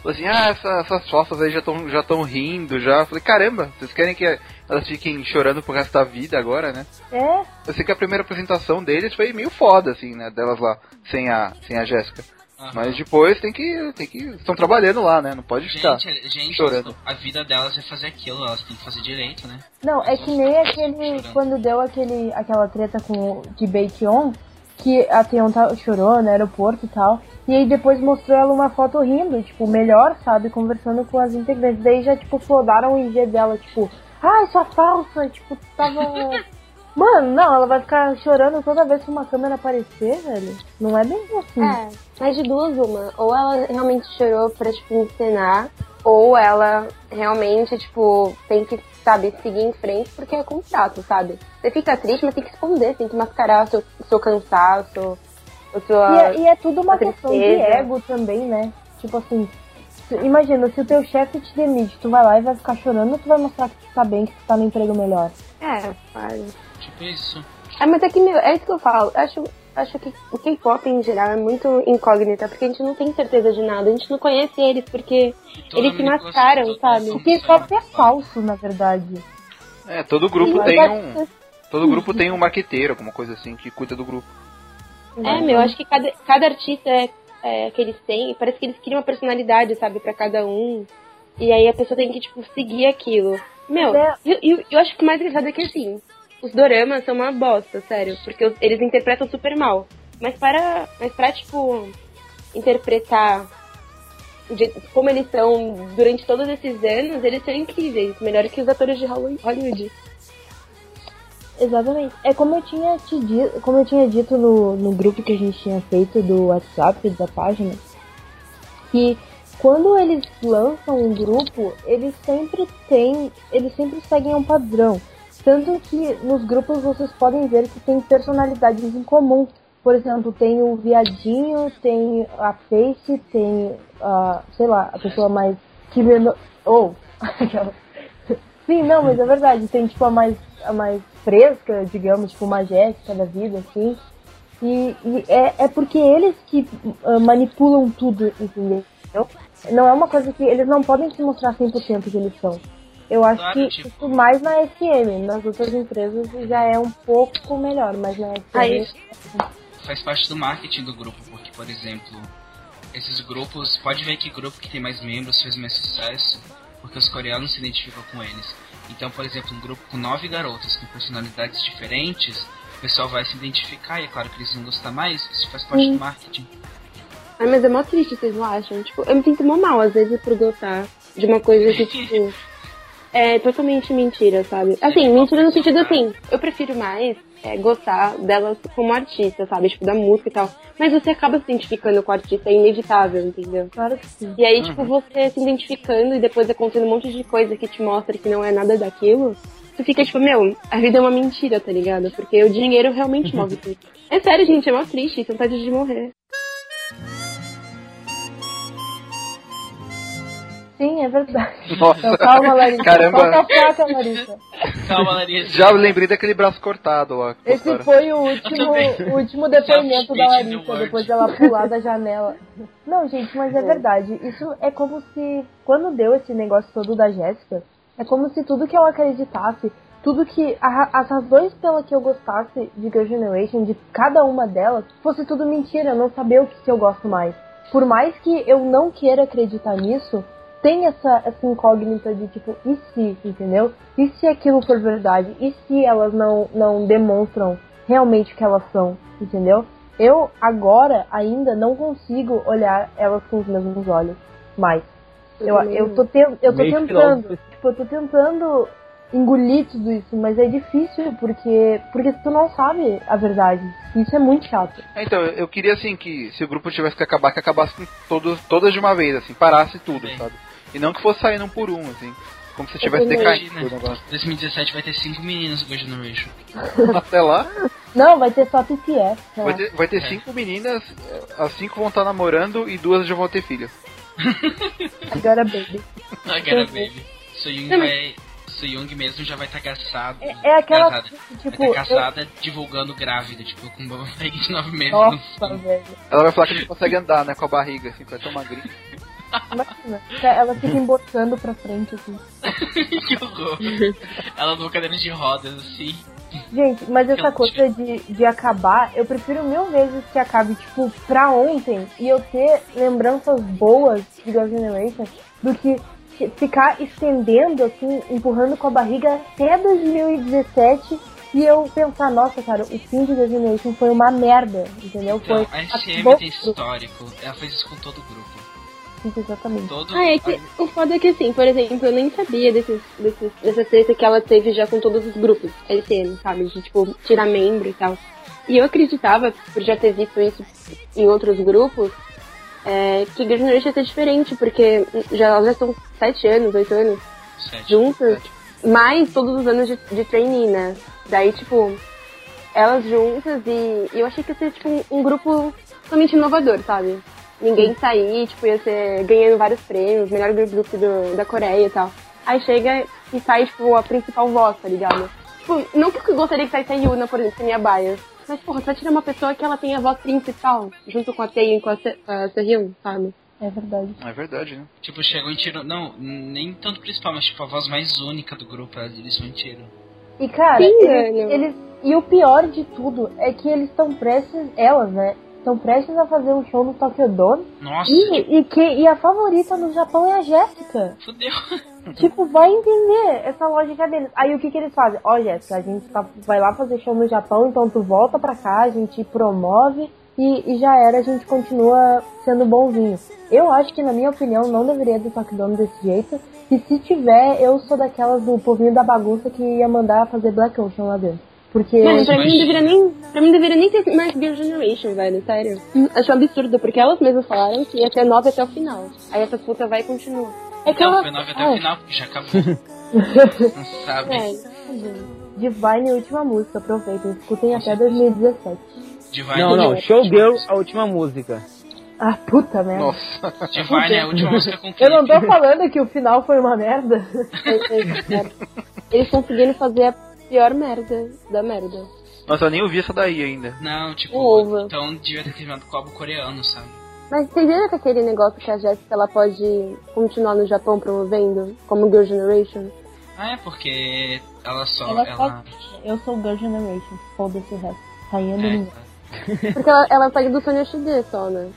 [SPEAKER 1] falou assim, ah, essa- essas falsas aí já estão já tão rindo já. Eu falei, caramba, vocês querem que elas fiquem chorando pro resto da vida agora, né?
[SPEAKER 2] É,
[SPEAKER 1] Eu sei que a primeira apresentação deles foi meio foda, assim, né? Delas lá, sem a, sem a Jéssica.
[SPEAKER 5] Aham.
[SPEAKER 1] Mas depois tem que. tem que. Estão trabalhando lá, né? Não pode
[SPEAKER 5] Gente,
[SPEAKER 3] tá
[SPEAKER 1] ficar.
[SPEAKER 5] gente
[SPEAKER 1] chorando.
[SPEAKER 5] a vida delas é fazer aquilo, elas têm que fazer direito, né?
[SPEAKER 2] Não, é que nem aquele.
[SPEAKER 5] Chorando.
[SPEAKER 2] Quando deu aquele, aquela treta com, o- de Baekhyun, que a Teon tá- chorou no aeroporto e tal. E aí depois mostrou ela uma foto rindo, tipo, melhor, sabe? Conversando com as integrantes. Daí já, tipo, flodaram o IG dela, tipo, ai, sua falsa, tipo, tava. Mano, não, ela vai ficar chorando toda vez que uma câmera aparecer, velho. Não é bem assim.
[SPEAKER 8] É, mas de duas uma. Ou ela realmente chorou pra, tipo, encenar, ou ela realmente, tipo, tem que, sabe, seguir em frente porque é contrato, sabe? Você fica triste, mas tem que esconder, tem que mascarar o seu, o seu cansaço, o
[SPEAKER 2] E
[SPEAKER 8] sua...
[SPEAKER 2] é, e é tudo uma
[SPEAKER 8] a
[SPEAKER 2] questão de
[SPEAKER 8] tristeza.
[SPEAKER 2] ego também, né? Tipo assim, tu- imagina, se o teu chefe te demite, tu vai lá e vai ficar chorando ou tu vai mostrar que tu tá bem, que tu tá no emprego melhor?
[SPEAKER 8] É, claro.
[SPEAKER 5] Tipo isso.
[SPEAKER 8] É, mas é que, meu, é isso que eu falo. Eu acho, acho que o K-pop em geral é muito incógnita, porque a gente não tem certeza de nada, a gente não conhece eles, porque
[SPEAKER 5] Toda
[SPEAKER 8] Eles se
[SPEAKER 5] manipulação,
[SPEAKER 8] mascaram,
[SPEAKER 5] toda
[SPEAKER 8] sabe?
[SPEAKER 5] informação
[SPEAKER 2] Porque pop é
[SPEAKER 5] manipulada.
[SPEAKER 2] falso, na verdade.
[SPEAKER 1] É, todo grupo
[SPEAKER 8] Sim,
[SPEAKER 1] tem
[SPEAKER 8] mas-
[SPEAKER 1] um. Todo grupo tem um marqueteiro, alguma coisa assim, que cuida do grupo.
[SPEAKER 8] É, meu, acho que cada, cada artista é, é, que eles têm, parece que eles criam uma personalidade, sabe, pra cada um. E aí a pessoa tem que, tipo, seguir aquilo. Meu,
[SPEAKER 2] É.
[SPEAKER 8] eu, eu, eu acho que o mais engraçado é que, assim, os doramas são uma bosta, sério. Porque os- eles interpretam super mal. Mas para, mas para tipo, interpretar de- como eles são durante todos esses anos, eles são incríveis. Melhor que os atores de Holly- Hollywood.
[SPEAKER 2] Exatamente. É como eu tinha te dito, como eu tinha dito no, no grupo que a gente tinha feito do WhatsApp, da página, que quando eles lançam um grupo, eles sempre têm. Eles sempre seguem um padrão. Tanto que nos grupos vocês podem ver que tem personalidades em comum. Por exemplo, tem o viadinho, tem a face, tem a. sei lá, a pessoa mais. que menor. Ou. aquela. Sim, não, mas é verdade. Tem, tipo, a mais, a mais fresca, digamos, tipo, uma Jéssica da vida, assim. E, e é, é porque eles que ah, manipulam tudo, entendeu? Não é uma coisa que eles não podem se mostrar 100% que eles são. Eu acho
[SPEAKER 5] Claro,
[SPEAKER 2] que
[SPEAKER 5] tipo-
[SPEAKER 2] isso mais na SM, nas outras empresas já é um pouco melhor, mas na SM...
[SPEAKER 8] Aí,
[SPEAKER 5] faz parte do marketing do grupo, porque, por exemplo, esses grupos, pode ver que grupo que tem mais membros fez mais sucesso, porque os coreanos se identificam com eles. Então, por exemplo, um grupo com nove garotas com personalidades diferentes, o pessoal vai se identificar e é claro que eles vão gostar mais, isso faz parte do marketing.
[SPEAKER 8] Ai, mas é mó triste, vocês não acham? Tipo, eu me sinto mó mal, às vezes, por gostar de uma coisa que, tipo, é totalmente mentira, sabe? Assim, mentira no sentido, assim, eu prefiro mais é, gostar delas como artista, sabe? Tipo, da música e tal. Mas você acaba se identificando com o artista, é inevitável, entendeu?
[SPEAKER 2] Claro que sim.
[SPEAKER 8] E aí, tipo, você se identificando e depois acontecendo um monte de coisa que te mostra que não é nada daquilo, tu fica tipo, meu, a vida é uma mentira, tá ligado? Porque o dinheiro realmente move tudo. É sério, gente, é mó triste, vontade de morrer.
[SPEAKER 2] Sim, é verdade. Então,
[SPEAKER 1] Nossa,
[SPEAKER 2] calma, Larissa.
[SPEAKER 1] Caramba.
[SPEAKER 2] Solta a faca, Larissa.
[SPEAKER 5] Calma, Larissa.
[SPEAKER 1] já lembrei daquele braço cortado lá. que
[SPEAKER 2] Esse
[SPEAKER 1] postaram.
[SPEAKER 2] foi o último, o último depoimento da
[SPEAKER 5] Self-hate
[SPEAKER 2] Larissa,
[SPEAKER 5] reward.
[SPEAKER 2] depois dela pular da janela. Não, gente, mas é verdade. Isso é como se, quando deu esse negócio todo da Jéssica, é como se tudo que eu acreditasse, tudo que. a ra- as razões pela que eu gostasse de Girl Generation, de cada uma delas, fosse tudo mentira, eu não sabia o que, que eu gosto mais. Por mais que eu não queira acreditar nisso, tem essa, essa incógnita de tipo, e se, entendeu? E se aquilo for verdade? E se elas não, não demonstram realmente o que elas são, entendeu? Eu agora ainda não consigo olhar elas com os mesmos olhos mais. Eu, eu tô, ten- eu tô
[SPEAKER 3] Meio
[SPEAKER 2] tentando,
[SPEAKER 3] filósofo.
[SPEAKER 2] tipo, eu tô tentando engolir tudo isso, mas é difícil porque porque tu não sabe a verdade. Isso é muito chato.
[SPEAKER 1] Então, eu queria assim que se o grupo tivesse que acabar, que acabasse com todos, todas de uma vez, assim, parasse tudo,
[SPEAKER 5] Sim.
[SPEAKER 1] sabe? E não que fosse saindo um por um, assim. Como se tivesse
[SPEAKER 2] também.
[SPEAKER 1] decaído o
[SPEAKER 5] Imagina,
[SPEAKER 1] negócio.
[SPEAKER 5] 2017 vai ter cinco meninas do Girl Generation.
[SPEAKER 1] Até lá,
[SPEAKER 2] Não, vai ter só TTS. sei lá.
[SPEAKER 1] vai ter, vai ter
[SPEAKER 5] É.
[SPEAKER 1] cinco meninas, eh, as cinco vão estar namorando e duas já vão ter filhos.
[SPEAKER 2] Agora é baby.
[SPEAKER 5] I got a baby. Soyoung
[SPEAKER 8] Não,
[SPEAKER 5] vai. Soyoung mesmo já vai estar caçado.
[SPEAKER 2] É, é aquela
[SPEAKER 5] Casada.
[SPEAKER 2] coisa que,
[SPEAKER 5] Vai
[SPEAKER 2] tipo,
[SPEAKER 5] tá
[SPEAKER 2] eu-
[SPEAKER 5] caçada divulgando grávida, tipo, com uma barriga de nove meses.
[SPEAKER 2] nossa, velho.
[SPEAKER 1] Ela vai falar que não consegue andar, né, com a barriga, assim, vai tomar gripe.
[SPEAKER 2] Imagina, tá, ela fica embotando pra frente, assim.
[SPEAKER 5] que horror. Ela numa cadeira de rodas, assim.
[SPEAKER 2] Gente, mas essa coisa de, de acabar, eu prefiro mil vezes que acabe, tipo, pra ontem e eu ter lembranças boas de Girls' Generation do que fi- ficar estendendo, assim, empurrando com a barriga até 2017 e eu pensar, nossa, cara, o fim de Girls' Generation foi uma merda, entendeu?
[SPEAKER 5] Então,
[SPEAKER 2] Foi
[SPEAKER 5] a SM
[SPEAKER 2] acabou
[SPEAKER 5] tem histórico. Ela fez isso com todo o grupo.
[SPEAKER 2] tudo, Exatamente.
[SPEAKER 5] Todo.
[SPEAKER 8] Ah, é que o foda é que assim, por exemplo, eu nem sabia desses, desses, dessa treta que ela teve já com todos os grupos LCN, sabe? De tipo, tirar membro e tal. E eu acreditava, por já ter visto isso em outros grupos, é, que Girls' Generation ia ser diferente, porque já, elas já estão sete anos, oito anos
[SPEAKER 5] Sete.
[SPEAKER 8] juntas, mais todos os anos de, de trainee, né? Daí, tipo, elas juntas e e eu achei que ia ser, tipo, um, um grupo totalmente inovador, sabe? Ninguém sair, tipo, ia ser ganhando vários prêmios, melhor grupo do, da Coreia e tal. Aí chega e sai, tipo, a principal voz, tá ligado? Tipo, não que eu gostaria que saísse a Yuna, por exemplo, que é minha baia. Mas, porra, você vai tirar uma pessoa que ela tem a voz principal, junto com a Tae e com a Se- a Sehyun, sabe?
[SPEAKER 2] É verdade.
[SPEAKER 1] É verdade, né?
[SPEAKER 5] Tipo, chegou e tirou. Não, nem tanto principal, mas tipo, a voz mais única do grupo, eles vão e tiram.
[SPEAKER 2] E cara,
[SPEAKER 8] Sim,
[SPEAKER 2] eles,
[SPEAKER 8] velho.
[SPEAKER 2] eles- e o pior de tudo é que eles estão prestes, elas, né? Estão prestes a fazer um show no Tokyo Dome.
[SPEAKER 5] Nossa, tipo,
[SPEAKER 2] E, e que, e a favorita no Japão é a Jéssica.
[SPEAKER 5] fudeu.
[SPEAKER 2] Tipo, vai entender essa lógica deles. Aí o que, que eles fazem? Ó, Jéssica, a gente tá- vai lá fazer show no Japão, então tu volta pra cá, a gente promove e, e já era, a gente continua sendo bonzinho. Eu acho que, na minha opinião, não deveria ter Tokyo Dome desse jeito. E se tiver, eu sou daquelas do povinho da bagunça que ia mandar fazer Black Ocean lá dentro. Porque.
[SPEAKER 8] Mano, pra mim, não
[SPEAKER 5] imagina.
[SPEAKER 8] deveria nem, pra mim não deveria nem ter mais Girl Generation, velho, sério. Acho um absurdo, porque elas mesmas falaram que ia ter nove até o final. Aí essa puta vai e continua. É que
[SPEAKER 5] Não,
[SPEAKER 8] ela...
[SPEAKER 5] Então, foi nove até
[SPEAKER 2] Ah.
[SPEAKER 5] o final, porque já acabou. Não sabe.
[SPEAKER 8] É,
[SPEAKER 2] Divine, última música, aproveitem, escutem até 2017.
[SPEAKER 5] Divine,
[SPEAKER 3] Não, não, Showgirl, a última música.
[SPEAKER 2] Ah, puta merda.
[SPEAKER 1] Nossa.
[SPEAKER 5] Divine é a última música com
[SPEAKER 2] Eu não
[SPEAKER 5] clipe.
[SPEAKER 2] tô falando que o final foi uma merda.
[SPEAKER 8] é, eles conseguiram fazer a pior merda da merda.
[SPEAKER 1] Nossa, eu nem ouvi essa daí ainda.
[SPEAKER 5] Não, tipo,
[SPEAKER 8] Ovo.
[SPEAKER 5] então devia ter terminado com o álbum coreano, sabe?
[SPEAKER 8] Mas vocês viram que aquele negócio que a Jéssica ela pode continuar no Japão promovendo, como Girl Generation?
[SPEAKER 5] Ah, é porque ela só.
[SPEAKER 2] Ela
[SPEAKER 5] Ela.
[SPEAKER 2] só-
[SPEAKER 8] tá
[SPEAKER 2] Eu sou Girl Generation, foda-se o resto. Saindo
[SPEAKER 5] é,
[SPEAKER 2] ninguém.
[SPEAKER 5] tá.
[SPEAKER 8] Porque ela, ela segue do Sony HD só, né?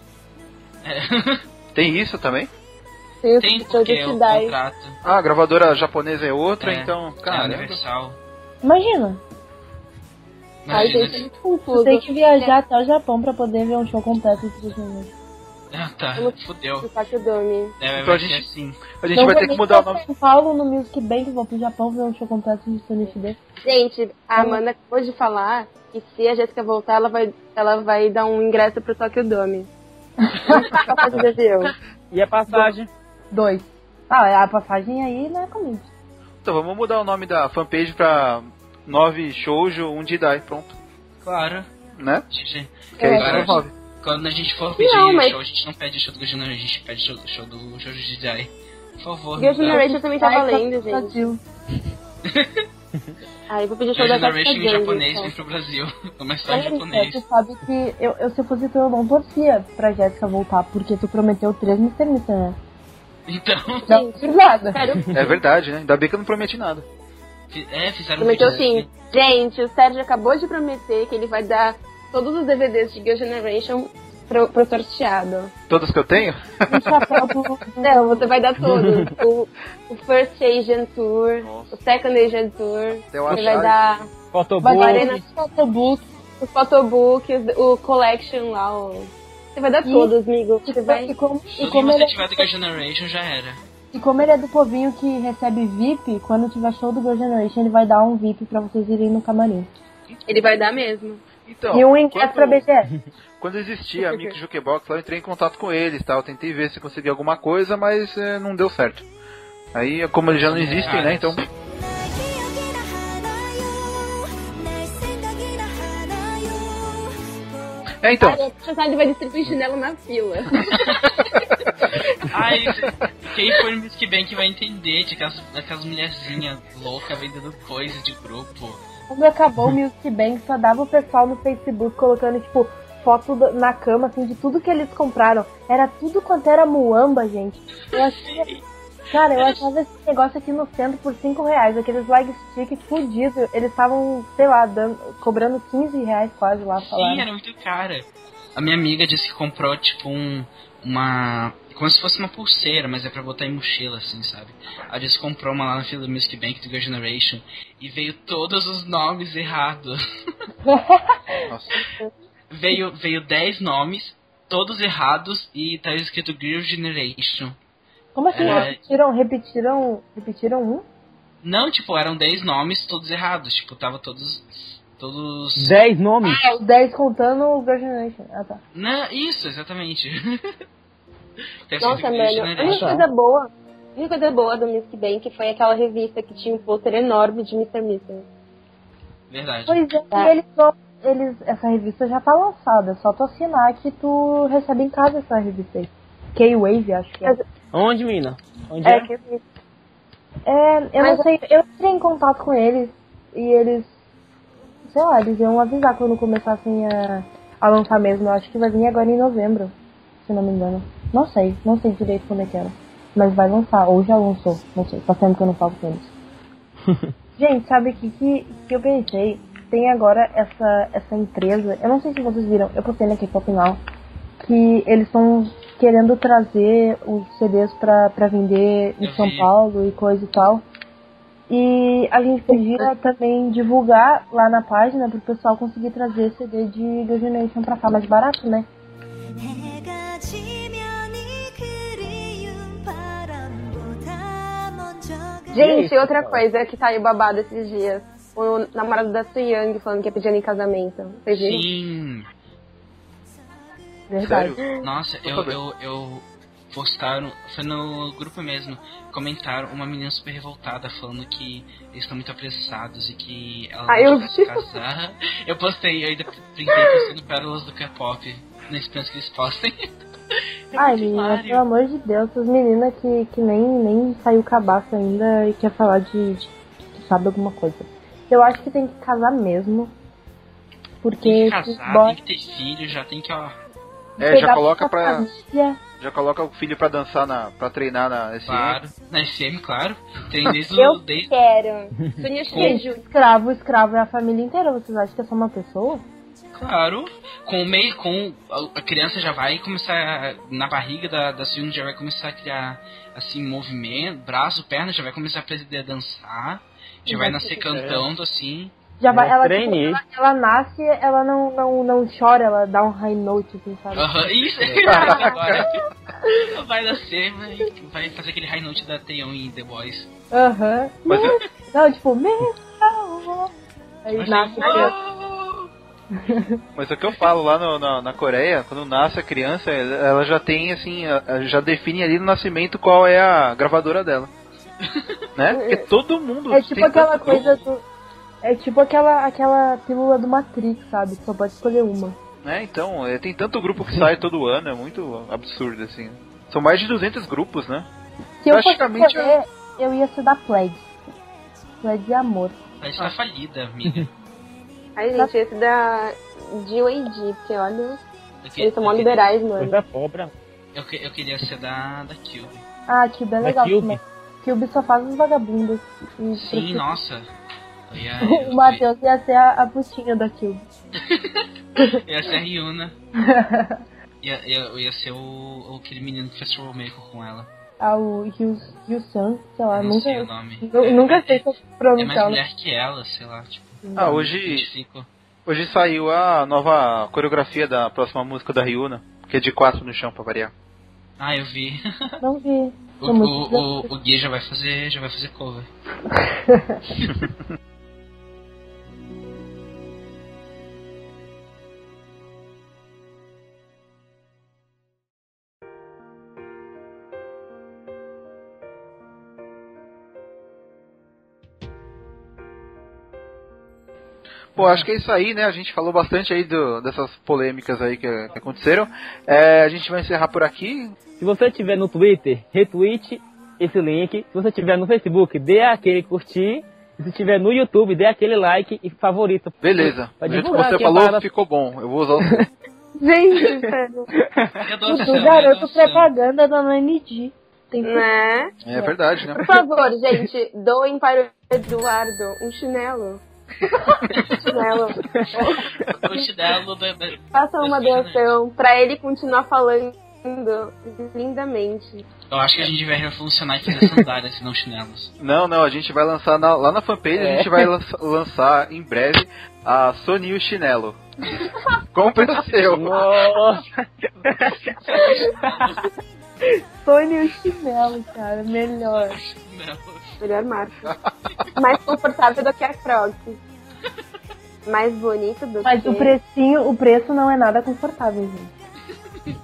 [SPEAKER 5] É.
[SPEAKER 1] Tem isso também?
[SPEAKER 8] Tem o
[SPEAKER 5] Tem
[SPEAKER 8] Sony
[SPEAKER 5] porque é o
[SPEAKER 8] Hidai.
[SPEAKER 5] contrato.
[SPEAKER 1] Ah, a gravadora japonesa é outra,
[SPEAKER 5] É.
[SPEAKER 1] então,
[SPEAKER 5] Cara, é
[SPEAKER 1] cara.
[SPEAKER 5] universal.
[SPEAKER 2] Imagina,
[SPEAKER 8] Ai, gente, é
[SPEAKER 5] Imagina.
[SPEAKER 8] muito
[SPEAKER 2] tu
[SPEAKER 8] confuso.
[SPEAKER 2] tem que viajar até o Japão pra poder ver um show completo de Girls' Generation.
[SPEAKER 5] Ah, tá. Fudeu.
[SPEAKER 8] Do Sakudome.
[SPEAKER 1] Então
[SPEAKER 5] É,
[SPEAKER 1] a
[SPEAKER 5] vai ser
[SPEAKER 1] gente-
[SPEAKER 5] assim.
[SPEAKER 1] a gente
[SPEAKER 2] Então
[SPEAKER 1] vai
[SPEAKER 2] vou
[SPEAKER 1] ter que
[SPEAKER 2] nem
[SPEAKER 1] mudar o
[SPEAKER 2] pra
[SPEAKER 1] nome.
[SPEAKER 2] São Paulo no Music Bank, vou pro Japão ver um show completo de Sony HD.
[SPEAKER 8] Gente,
[SPEAKER 2] Hum.
[SPEAKER 8] a Amanda acabou de falar que se a Jéssica voltar, ela vai, ela vai dar um ingresso pro Tokyo Dome. Passagem de avião.
[SPEAKER 3] E a passagem?
[SPEAKER 2] Dois. Ah, a passagem aí não é comigo.
[SPEAKER 1] Então vamos mudar o nome da fanpage pra 9 Shoujo 1 Jidai, pronto.
[SPEAKER 5] Claro.
[SPEAKER 1] Né?
[SPEAKER 5] GG.
[SPEAKER 1] Que
[SPEAKER 2] É.
[SPEAKER 1] aí
[SPEAKER 5] Claro.
[SPEAKER 1] já resolve.
[SPEAKER 5] Quando a gente for pedir
[SPEAKER 8] Não, mas-
[SPEAKER 5] show, a gente não pede show do Gojina, a gente pede show, show do show do Jidai. Por favor. então.
[SPEAKER 8] Girl
[SPEAKER 5] não dá.
[SPEAKER 8] Generation também tá valendo, gente.
[SPEAKER 2] Tadinho.
[SPEAKER 8] Aí eu vou pedir show
[SPEAKER 5] Girl
[SPEAKER 8] da então.
[SPEAKER 5] Generation
[SPEAKER 8] Jéssica
[SPEAKER 5] em japonês né? vem
[SPEAKER 8] Jones,
[SPEAKER 5] pro Brasil.
[SPEAKER 8] É
[SPEAKER 5] Uma
[SPEAKER 2] Olha,
[SPEAKER 5] história
[SPEAKER 2] Lisa,
[SPEAKER 5] japonês.
[SPEAKER 2] Tu sabe que eu, eu, se eu fosse tu, eu não torcia pra Jéssica voltar, porque tu prometeu três Mr. Mister, né?
[SPEAKER 5] Então,
[SPEAKER 2] Não, por nada.
[SPEAKER 8] então. Sério,
[SPEAKER 1] É verdade, né? Ainda bem que eu não prometi nada.
[SPEAKER 5] fi- é, fizeram um
[SPEAKER 8] prometeu
[SPEAKER 5] vídeo
[SPEAKER 8] sim. Gente, o Sérgio acabou de prometer que ele vai dar todos os DVDs de Girl Generation pro, pro sorteado.
[SPEAKER 1] Todas que eu tenho?
[SPEAKER 2] Um chapéu pro...
[SPEAKER 8] Não, você vai dar todos. o, o First Asian Tour,
[SPEAKER 1] Nossa.
[SPEAKER 8] o Second Asian Tour,
[SPEAKER 1] Até eu
[SPEAKER 8] você vai
[SPEAKER 1] achar
[SPEAKER 8] dar...
[SPEAKER 2] Vai
[SPEAKER 3] Fotobook.
[SPEAKER 8] Boa.
[SPEAKER 2] dar um fotobook.
[SPEAKER 8] o photobook, os- o collection lá, o... Você vai dar
[SPEAKER 2] Ih,
[SPEAKER 8] todos, amigo. Você vai...
[SPEAKER 2] E como,
[SPEAKER 5] Tudo
[SPEAKER 2] e
[SPEAKER 5] que
[SPEAKER 2] como
[SPEAKER 5] você
[SPEAKER 8] é
[SPEAKER 2] ele é um
[SPEAKER 5] tiver do Girl Generation já era.
[SPEAKER 2] E como ele é do povinho que recebe VIP, quando tiver show do Girl Generation, ele vai dar um VIP pra vocês irem no camarim.
[SPEAKER 8] Ele vai dar mesmo.
[SPEAKER 1] Então,
[SPEAKER 2] e um ingresso pra
[SPEAKER 1] quando-
[SPEAKER 2] BGS.
[SPEAKER 1] Quando existia a Mick Jukebox lá, eu entrei em contato com eles, tá? Eu tentei ver se conseguia alguma coisa, mas eh, não deu certo. Aí, como eles já não existem, né? Então, é então.
[SPEAKER 8] Cara, o Chazade vai distribuir chinelo na fila.
[SPEAKER 5] Ai, quem foi no Music Bank vai entender de aquelas, daquelas mulherzinhas loucas vendendo coisa de grupo.
[SPEAKER 2] Quando acabou o Music Bank, só dava o pessoal no Facebook colocando, tipo, foto da- na cama, assim, de tudo que eles compraram. Era tudo quanto era muamba, gente. Eu achava... Cara, eu achava esse negócio aqui no centro por 5 reais, aqueles lag stick fudido. Eles estavam, sei lá, dando, cobrando 15 reais quase lá,
[SPEAKER 5] Sim,
[SPEAKER 2] falaram.
[SPEAKER 5] era muito cara. A minha amiga disse que comprou, tipo, um, uma. Como se fosse uma pulseira, mas é pra botar em mochila, assim, sabe? Ela disse que comprou uma lá na fila do Music Bank do Girl Generation e veio todos os nomes errados.
[SPEAKER 1] Nossa.
[SPEAKER 5] veio, veio 10 nomes, todos errados, e tá escrito Girl Generation.
[SPEAKER 2] Como assim?
[SPEAKER 5] É.
[SPEAKER 2] Repetiram, repetiram, repetiram um?
[SPEAKER 5] Não, tipo, eram 10 nomes, todos errados. Tipo, tava todos. Todos.
[SPEAKER 3] 10 nomes?
[SPEAKER 2] Ah, os 10 contando o Girl Generation. Ah, tá.
[SPEAKER 5] Não, Né? isso, exatamente. Deve ser né,
[SPEAKER 8] Nossa,
[SPEAKER 5] Girl
[SPEAKER 8] mano, a única
[SPEAKER 5] Generation.
[SPEAKER 8] coisa boa, a única coisa boa do Music Bank foi aquela revista que tinha um pôster enorme de Mr. Mister.
[SPEAKER 5] Verdade.
[SPEAKER 2] Pois é, e eles vão. Eles, essa revista já tá lançada, é só tu assinar que tu recebe em casa essa revista aí. K-Wave, acho que é.
[SPEAKER 3] Onde, mina? Onde
[SPEAKER 2] É,
[SPEAKER 3] é?
[SPEAKER 2] K-Wave. É, eu não
[SPEAKER 8] Mas-
[SPEAKER 2] sei, eu entrei em contato com eles e eles. Sei lá, eles iam avisar quando começassem a, a lançar mesmo. Eu acho que vai vir agora em novembro, se não me engano. Não sei, não sei direito quando é que era. Mas vai lançar, ou já lançou, não sei, faz tempo que eu não falo com eles. Gente, sabe o que, que, que eu pensei? Tem agora essa, essa empresa, eu não sei se vocês viram, eu postei na K-Pop Now, que eles estão querendo trazer os CDs pra, pra vender em
[SPEAKER 5] Eu
[SPEAKER 2] São
[SPEAKER 5] vi.
[SPEAKER 2] Paulo e coisa e tal. E a gente podia também divulgar lá na página pro pessoal conseguir trazer CD de Girl Generation pra cá mais barato, né?
[SPEAKER 7] 해가 지면 이 그리운 바람보다 먼저 가
[SPEAKER 8] Gente,
[SPEAKER 3] é Isso,
[SPEAKER 8] outra
[SPEAKER 3] cara.
[SPEAKER 8] coisa que saiu babado esses dias. O namorado da Suyang falando que ia pedir ela em casamento. Vocês viram?
[SPEAKER 5] Sim.
[SPEAKER 2] Verdade.
[SPEAKER 1] Sério?
[SPEAKER 5] Nossa,
[SPEAKER 1] Tô
[SPEAKER 5] eu,
[SPEAKER 1] sabendo.
[SPEAKER 5] eu, eu postaram, foi no grupo mesmo, comentaram uma menina super revoltada falando que eles estão muito apressados e que ela
[SPEAKER 8] Ah, eu
[SPEAKER 5] vai
[SPEAKER 8] vi.
[SPEAKER 5] se casar. Eu postei, eu ainda printei postando pérolas do K-pop na esperança que eles postem. É
[SPEAKER 2] Ai,
[SPEAKER 5] muito
[SPEAKER 2] menina,
[SPEAKER 5] hilário.
[SPEAKER 2] pelo amor de Deus, essas meninas que, que nem, nem saiu cabaço ainda e quer falar de, de que sabe alguma coisa. Eu acho que tem que casar mesmo.
[SPEAKER 5] Tem
[SPEAKER 2] Porque
[SPEAKER 5] que
[SPEAKER 2] esses
[SPEAKER 5] casar, tem
[SPEAKER 2] boys
[SPEAKER 5] que ter filho, já tem que, ó.
[SPEAKER 1] É, já
[SPEAKER 2] pegar
[SPEAKER 1] coloca pra.
[SPEAKER 2] família,
[SPEAKER 1] Já coloca o filho pra dançar na. pra treinar na SM.
[SPEAKER 5] Claro, na SM, claro. Tem desde
[SPEAKER 8] Eu
[SPEAKER 5] o. Desde,
[SPEAKER 8] Quero.
[SPEAKER 2] é
[SPEAKER 8] Sonia Shiju.
[SPEAKER 2] Escravo, escravo é a família inteira. Vocês acham que é só uma pessoa?
[SPEAKER 5] Claro. Com o meio, com a- a criança já vai começar na barriga da, da Silvia já vai começar a criar assim movimento, braço, perna, já vai começar a aprender a dançar, já vai nascer cantando assim.
[SPEAKER 2] Já vai,
[SPEAKER 3] É,
[SPEAKER 2] ela, tipo,
[SPEAKER 3] trainee.
[SPEAKER 2] ela, ela nasce, ela não, não, não chora, ela dá um high note, assim, sabe?
[SPEAKER 1] Ah.
[SPEAKER 5] Aham, Isso agora vai nascer, vai, vai fazer aquele high note da Taeyeon em The Boys.
[SPEAKER 2] Aham.
[SPEAKER 1] Mas- é-
[SPEAKER 2] Não, tipo, meu amor. Aí
[SPEAKER 5] Mas-
[SPEAKER 2] nasce
[SPEAKER 1] é
[SPEAKER 2] a criança.
[SPEAKER 1] Mas é o que eu falo lá no- na, na Coreia, quando nasce a criança, ela ela já tem assim, a- a- já define ali no nascimento qual é a gravadora dela. né? Porque todo mundo.
[SPEAKER 2] É tipo
[SPEAKER 1] tem
[SPEAKER 2] aquela
[SPEAKER 1] tanto
[SPEAKER 2] coisa do. É tipo aquela, aquela pílula do Matrix, sabe? Só pode escolher uma.
[SPEAKER 1] grupo, né? Então, é, tem tanto grupo que sai todo ano, é muito absurdo assim. São mais de 200 grupos, né?
[SPEAKER 2] Se eu fosse
[SPEAKER 1] Praticamente,
[SPEAKER 2] escolher, eu ia ser da Plague. Plague é amor.
[SPEAKER 5] Vai estar falida, amiga.
[SPEAKER 8] Ai, gente, esse da GYG, porque olha,
[SPEAKER 5] Eu, que-
[SPEAKER 8] eles são mó
[SPEAKER 5] eu que-
[SPEAKER 8] liberais, mano.
[SPEAKER 3] Coisa pobre.
[SPEAKER 5] eu que- eu queria ser da, da Cube.
[SPEAKER 2] Ah, Cube é
[SPEAKER 3] Da
[SPEAKER 2] legal
[SPEAKER 3] Cube?
[SPEAKER 2] também. Cube só faz os vagabundos. E
[SPEAKER 5] Sim, nossa. Eu ia,
[SPEAKER 2] O Matheus ia ser a, a putinha da Cube.
[SPEAKER 5] Eu
[SPEAKER 2] É.
[SPEAKER 5] ia ser a Ryuna. Ia- ia- eu ia ser o, aquele menino que fez Troublemaker com ela.
[SPEAKER 2] Ah, o Yu-San, sei lá,
[SPEAKER 5] Eu não sei o
[SPEAKER 2] Ah, nunca.
[SPEAKER 5] nome.
[SPEAKER 2] nu-
[SPEAKER 5] É-
[SPEAKER 2] Nunca sei
[SPEAKER 5] é,
[SPEAKER 2] se
[SPEAKER 5] é
[SPEAKER 2] eu
[SPEAKER 5] mais
[SPEAKER 2] pronunciar. o nome.
[SPEAKER 5] mulher que ela, sei lá. Tipo,
[SPEAKER 1] Ah,
[SPEAKER 5] eu
[SPEAKER 1] hoje,
[SPEAKER 5] identifico.
[SPEAKER 1] hoje saiu a nova coreografia da próxima música da Ryuna, que é de quatro no chão pra variar.
[SPEAKER 5] Ah, eu vi.
[SPEAKER 2] Não vi.
[SPEAKER 5] O,
[SPEAKER 2] Sou É muito
[SPEAKER 5] o, o, o Gui já vai fazer, já vai fazer cover.
[SPEAKER 1] Pô, acho que é isso aí, né? A gente falou bastante aí do- dessas polêmicas aí que, que aconteceram. É, a gente vai encerrar por aqui.
[SPEAKER 3] Se você tiver no Twitter, retweet esse link. Se você tiver no Facebook, dê aquele curtir. Se tiver no YouTube, dê aquele like e favorita.
[SPEAKER 1] Beleza.
[SPEAKER 3] Pra
[SPEAKER 1] Do jeito que
[SPEAKER 3] divulgar
[SPEAKER 1] você
[SPEAKER 3] aqui a
[SPEAKER 1] falou,
[SPEAKER 3] parada.
[SPEAKER 1] ficou bom. Eu vou usar o
[SPEAKER 2] Gente, velho.
[SPEAKER 5] Meu Deus do
[SPEAKER 2] Tudo
[SPEAKER 5] céu, meu
[SPEAKER 2] garoto
[SPEAKER 5] Deus do céu.
[SPEAKER 2] propaganda da NG. Tem que
[SPEAKER 8] Né?
[SPEAKER 1] É verdade, né?
[SPEAKER 8] Por favor, gente, doem para o Eduardo um chinelo. Um chinelo.
[SPEAKER 5] O chinelo da- da-
[SPEAKER 8] Façam uma doação para ele continuar falando lindamente.
[SPEAKER 5] Eu acho que a gente devia revolucionar e fazer sandálias, se não chinelos.
[SPEAKER 1] Não, não, a gente vai lançar na- lá na fanpage, a
[SPEAKER 3] É.
[SPEAKER 1] gente vai lan- lançar em breve a Sony e o Chinelo. Compre o seu.
[SPEAKER 3] Nossa,
[SPEAKER 2] Sony e o chinelo, cara. Melhor.
[SPEAKER 5] Chinelos.
[SPEAKER 8] Melhor marca. Mais confortável do que a Crocs. Mais bonito do
[SPEAKER 2] Mas
[SPEAKER 8] que...
[SPEAKER 2] o precinho, o preço não é nada confortável, gente.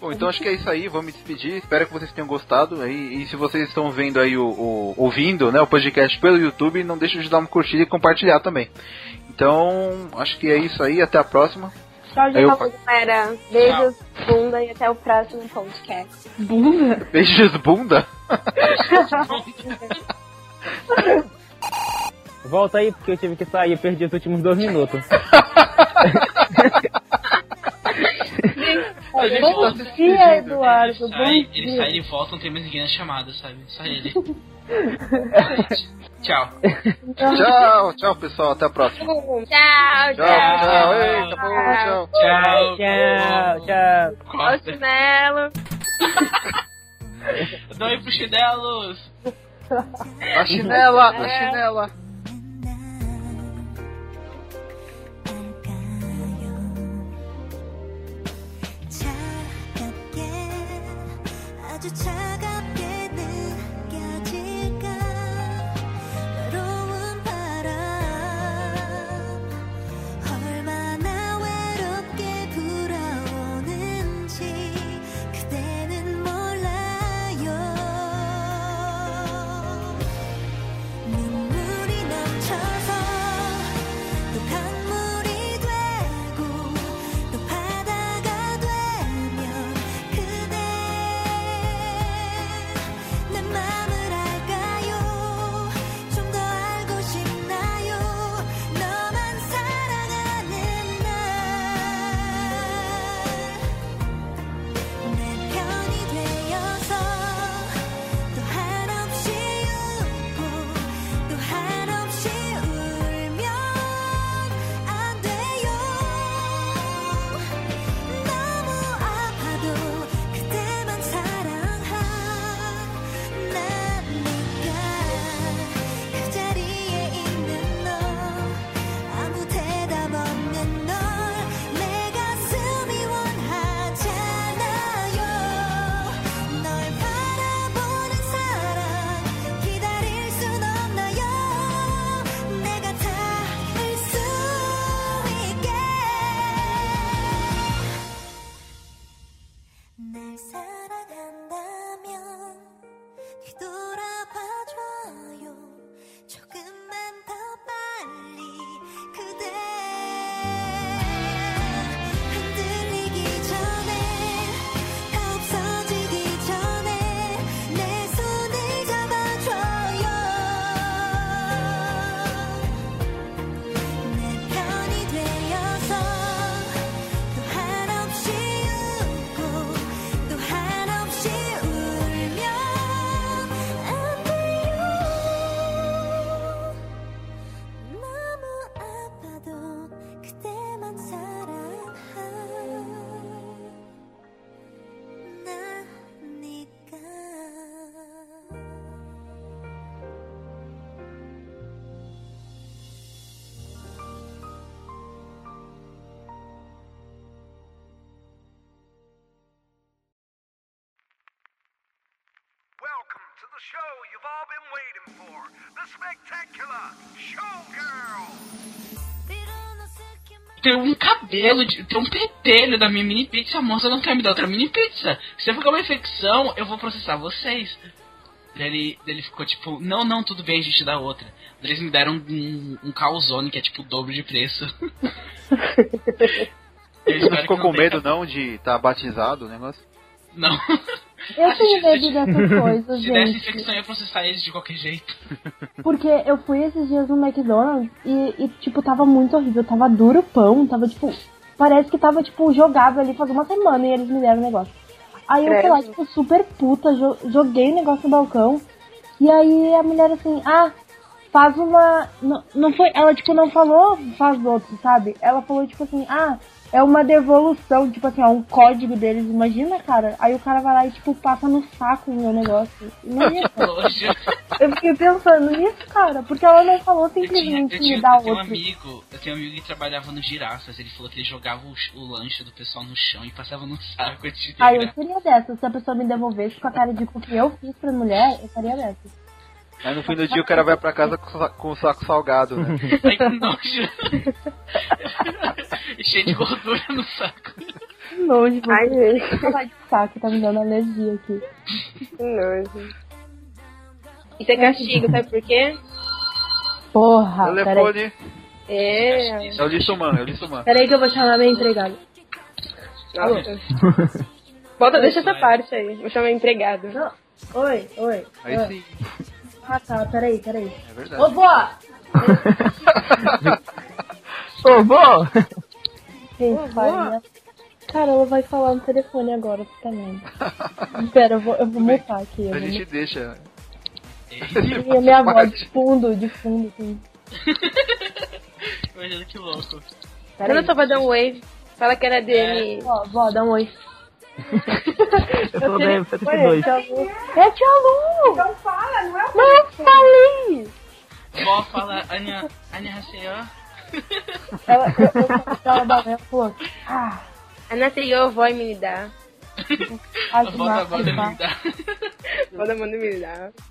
[SPEAKER 1] Bom, então acho que é isso aí, vamos me despedir. Espero que vocês tenham gostado. aí. E, se vocês estão vendo aí o, o- ouvindo, né, o podcast pelo YouTube, não deixem de dar uma curtida e compartilhar também. Então, acho que é isso aí, até a próxima.
[SPEAKER 8] Tchau,
[SPEAKER 1] Eu-
[SPEAKER 8] gente. tá Galera, beijos, bunda e até o próximo podcast.
[SPEAKER 1] Beijos bunda.
[SPEAKER 3] volta aí porque eu tive que sair, perdi os últimos dois minutos.
[SPEAKER 5] A gente
[SPEAKER 2] Bom
[SPEAKER 5] volta.
[SPEAKER 2] dia, Eduardo.
[SPEAKER 5] Sai,
[SPEAKER 2] Bom
[SPEAKER 5] ele
[SPEAKER 2] dia.
[SPEAKER 5] sai, ele volta, não tem mais ninguém na chamada, sabe? Só ele. Tchau.
[SPEAKER 1] Tchau, tchau pessoal, até a próxima.
[SPEAKER 8] Tchau, tchau.
[SPEAKER 1] Tchau, tchau. Eita, bom, tchau.
[SPEAKER 5] Tchau.
[SPEAKER 3] Tchau,
[SPEAKER 8] Olha o
[SPEAKER 3] tchau.
[SPEAKER 5] Corta.
[SPEAKER 8] chinelo.
[SPEAKER 5] Dói pro chinelos.
[SPEAKER 1] A É, chinela, a chinela.
[SPEAKER 7] 차갑게 아주 차갑게 느껴질까 외로운 바람 얼마나 외롭게 불어오는지 그대는 몰라요 눈물이 그
[SPEAKER 9] to the show you've all been waiting for. The spectacular Showgirl.
[SPEAKER 5] Tem um cabelo, de- tem um petelho da minha mini pizza, a moça não quer me dar outra mini pizza. Se eu ficar uma infecção, eu vou processar vocês. Daí ele, daí ele ficou tipo, não, não, tudo bem, a gente dá outra. Daí eles me deram um, um calzone que é tipo o dobro de preço. Eu
[SPEAKER 1] Você
[SPEAKER 5] espero
[SPEAKER 1] não ficou
[SPEAKER 5] que
[SPEAKER 1] com
[SPEAKER 5] tenha
[SPEAKER 1] medo não de estar batizado o negócio?
[SPEAKER 5] cap- Não.
[SPEAKER 2] Eu
[SPEAKER 5] Se-
[SPEAKER 2] tenho medo dessas coisas,
[SPEAKER 5] Se desse
[SPEAKER 2] gente.
[SPEAKER 5] infecção, eu ia processar eles de qualquer jeito.
[SPEAKER 2] Porque eu fui esses dias no McDonald's e, e, tipo, tava muito horrível. Tava duro o pão, tava, tipo... Parece que tava, tipo, jogado ali faz uma semana e eles me deram o negócio. Aí eu fui lá, tipo, super puta, jo- joguei o negócio no balcão. E aí a mulher assim, ah, faz uma... Não, não foi... Ela, tipo, não falou faz outro, sabe? Ela falou, tipo assim, ah... É uma devolução, tipo assim, ó, um código deles, imagina, cara. Aí o cara vai lá e, tipo, passa no saco o meu negócio. Imagina.
[SPEAKER 5] Hoje,
[SPEAKER 2] Eu fiquei pensando nisso, cara, porque ela não falou
[SPEAKER 5] eu tinha, eu
[SPEAKER 2] simplesmente
[SPEAKER 5] tinha-
[SPEAKER 2] me dá
[SPEAKER 5] eu tenho um
[SPEAKER 2] outro.
[SPEAKER 5] amigo, eu tenho um amigo que trabalhava no girafas, ele falou que ele jogava o, ch- o lanche do pessoal no chão e passava no saco antes de
[SPEAKER 2] Aí
[SPEAKER 5] virar.
[SPEAKER 2] eu seria dessa, se a pessoa me devolvesse com a cara de cu que eu fiz pra mulher, eu faria dessa.
[SPEAKER 1] Aí no fim do dia o cara vai pra casa com o sa- com o saco salgado, né?
[SPEAKER 5] Ai, que nojo. E Cheio de gordura no saco.
[SPEAKER 2] Longe,
[SPEAKER 8] Ai, gente,
[SPEAKER 2] falar de saco, tá me dando alergia aqui.
[SPEAKER 8] que nojo. Isso é castigo, sabe por quê?
[SPEAKER 2] Porra, Ah, peraí.
[SPEAKER 1] Telefone,
[SPEAKER 8] É.
[SPEAKER 1] é o lixo humano, é o lixo humano.
[SPEAKER 2] Peraí que eu vou chamar minha empregada.
[SPEAKER 8] Nossa. Bota, deixa essa parte aí. Vou chamar empregado.
[SPEAKER 2] Não, oi, oi.
[SPEAKER 1] Aí
[SPEAKER 2] oi.
[SPEAKER 1] sim,
[SPEAKER 2] Ah, tá, peraí, peraí.
[SPEAKER 1] é verdade.
[SPEAKER 2] Ô, vó!
[SPEAKER 3] Ô, vó!
[SPEAKER 2] Gente, vai, né? Cara, ela vai falar no telefone agora também. Pera, eu vou, eu vou mutar aqui. Eu
[SPEAKER 1] A
[SPEAKER 2] vou
[SPEAKER 1] gente deixa.
[SPEAKER 2] mutar. E a minha voz de fundo, de fundo, assim.
[SPEAKER 5] Imagina é que louco.
[SPEAKER 8] Eu não só vou dar um wave. Fala que era dele.
[SPEAKER 2] Ó, vó, dá um oi.
[SPEAKER 3] Eu tô deve 72.
[SPEAKER 2] É tia Lu! Não fala, não é o Não, eu falei!
[SPEAKER 5] Vó fala, Anya, Anya Haseyo.
[SPEAKER 2] Ela, eu, eu falei pra ela da manhã, falou, ah,
[SPEAKER 8] É. Anateiô, vó e me dá.
[SPEAKER 5] A vó da vó
[SPEAKER 2] ajudar,
[SPEAKER 5] da
[SPEAKER 2] ajudar.
[SPEAKER 5] vida.
[SPEAKER 8] Vó da manda me dá.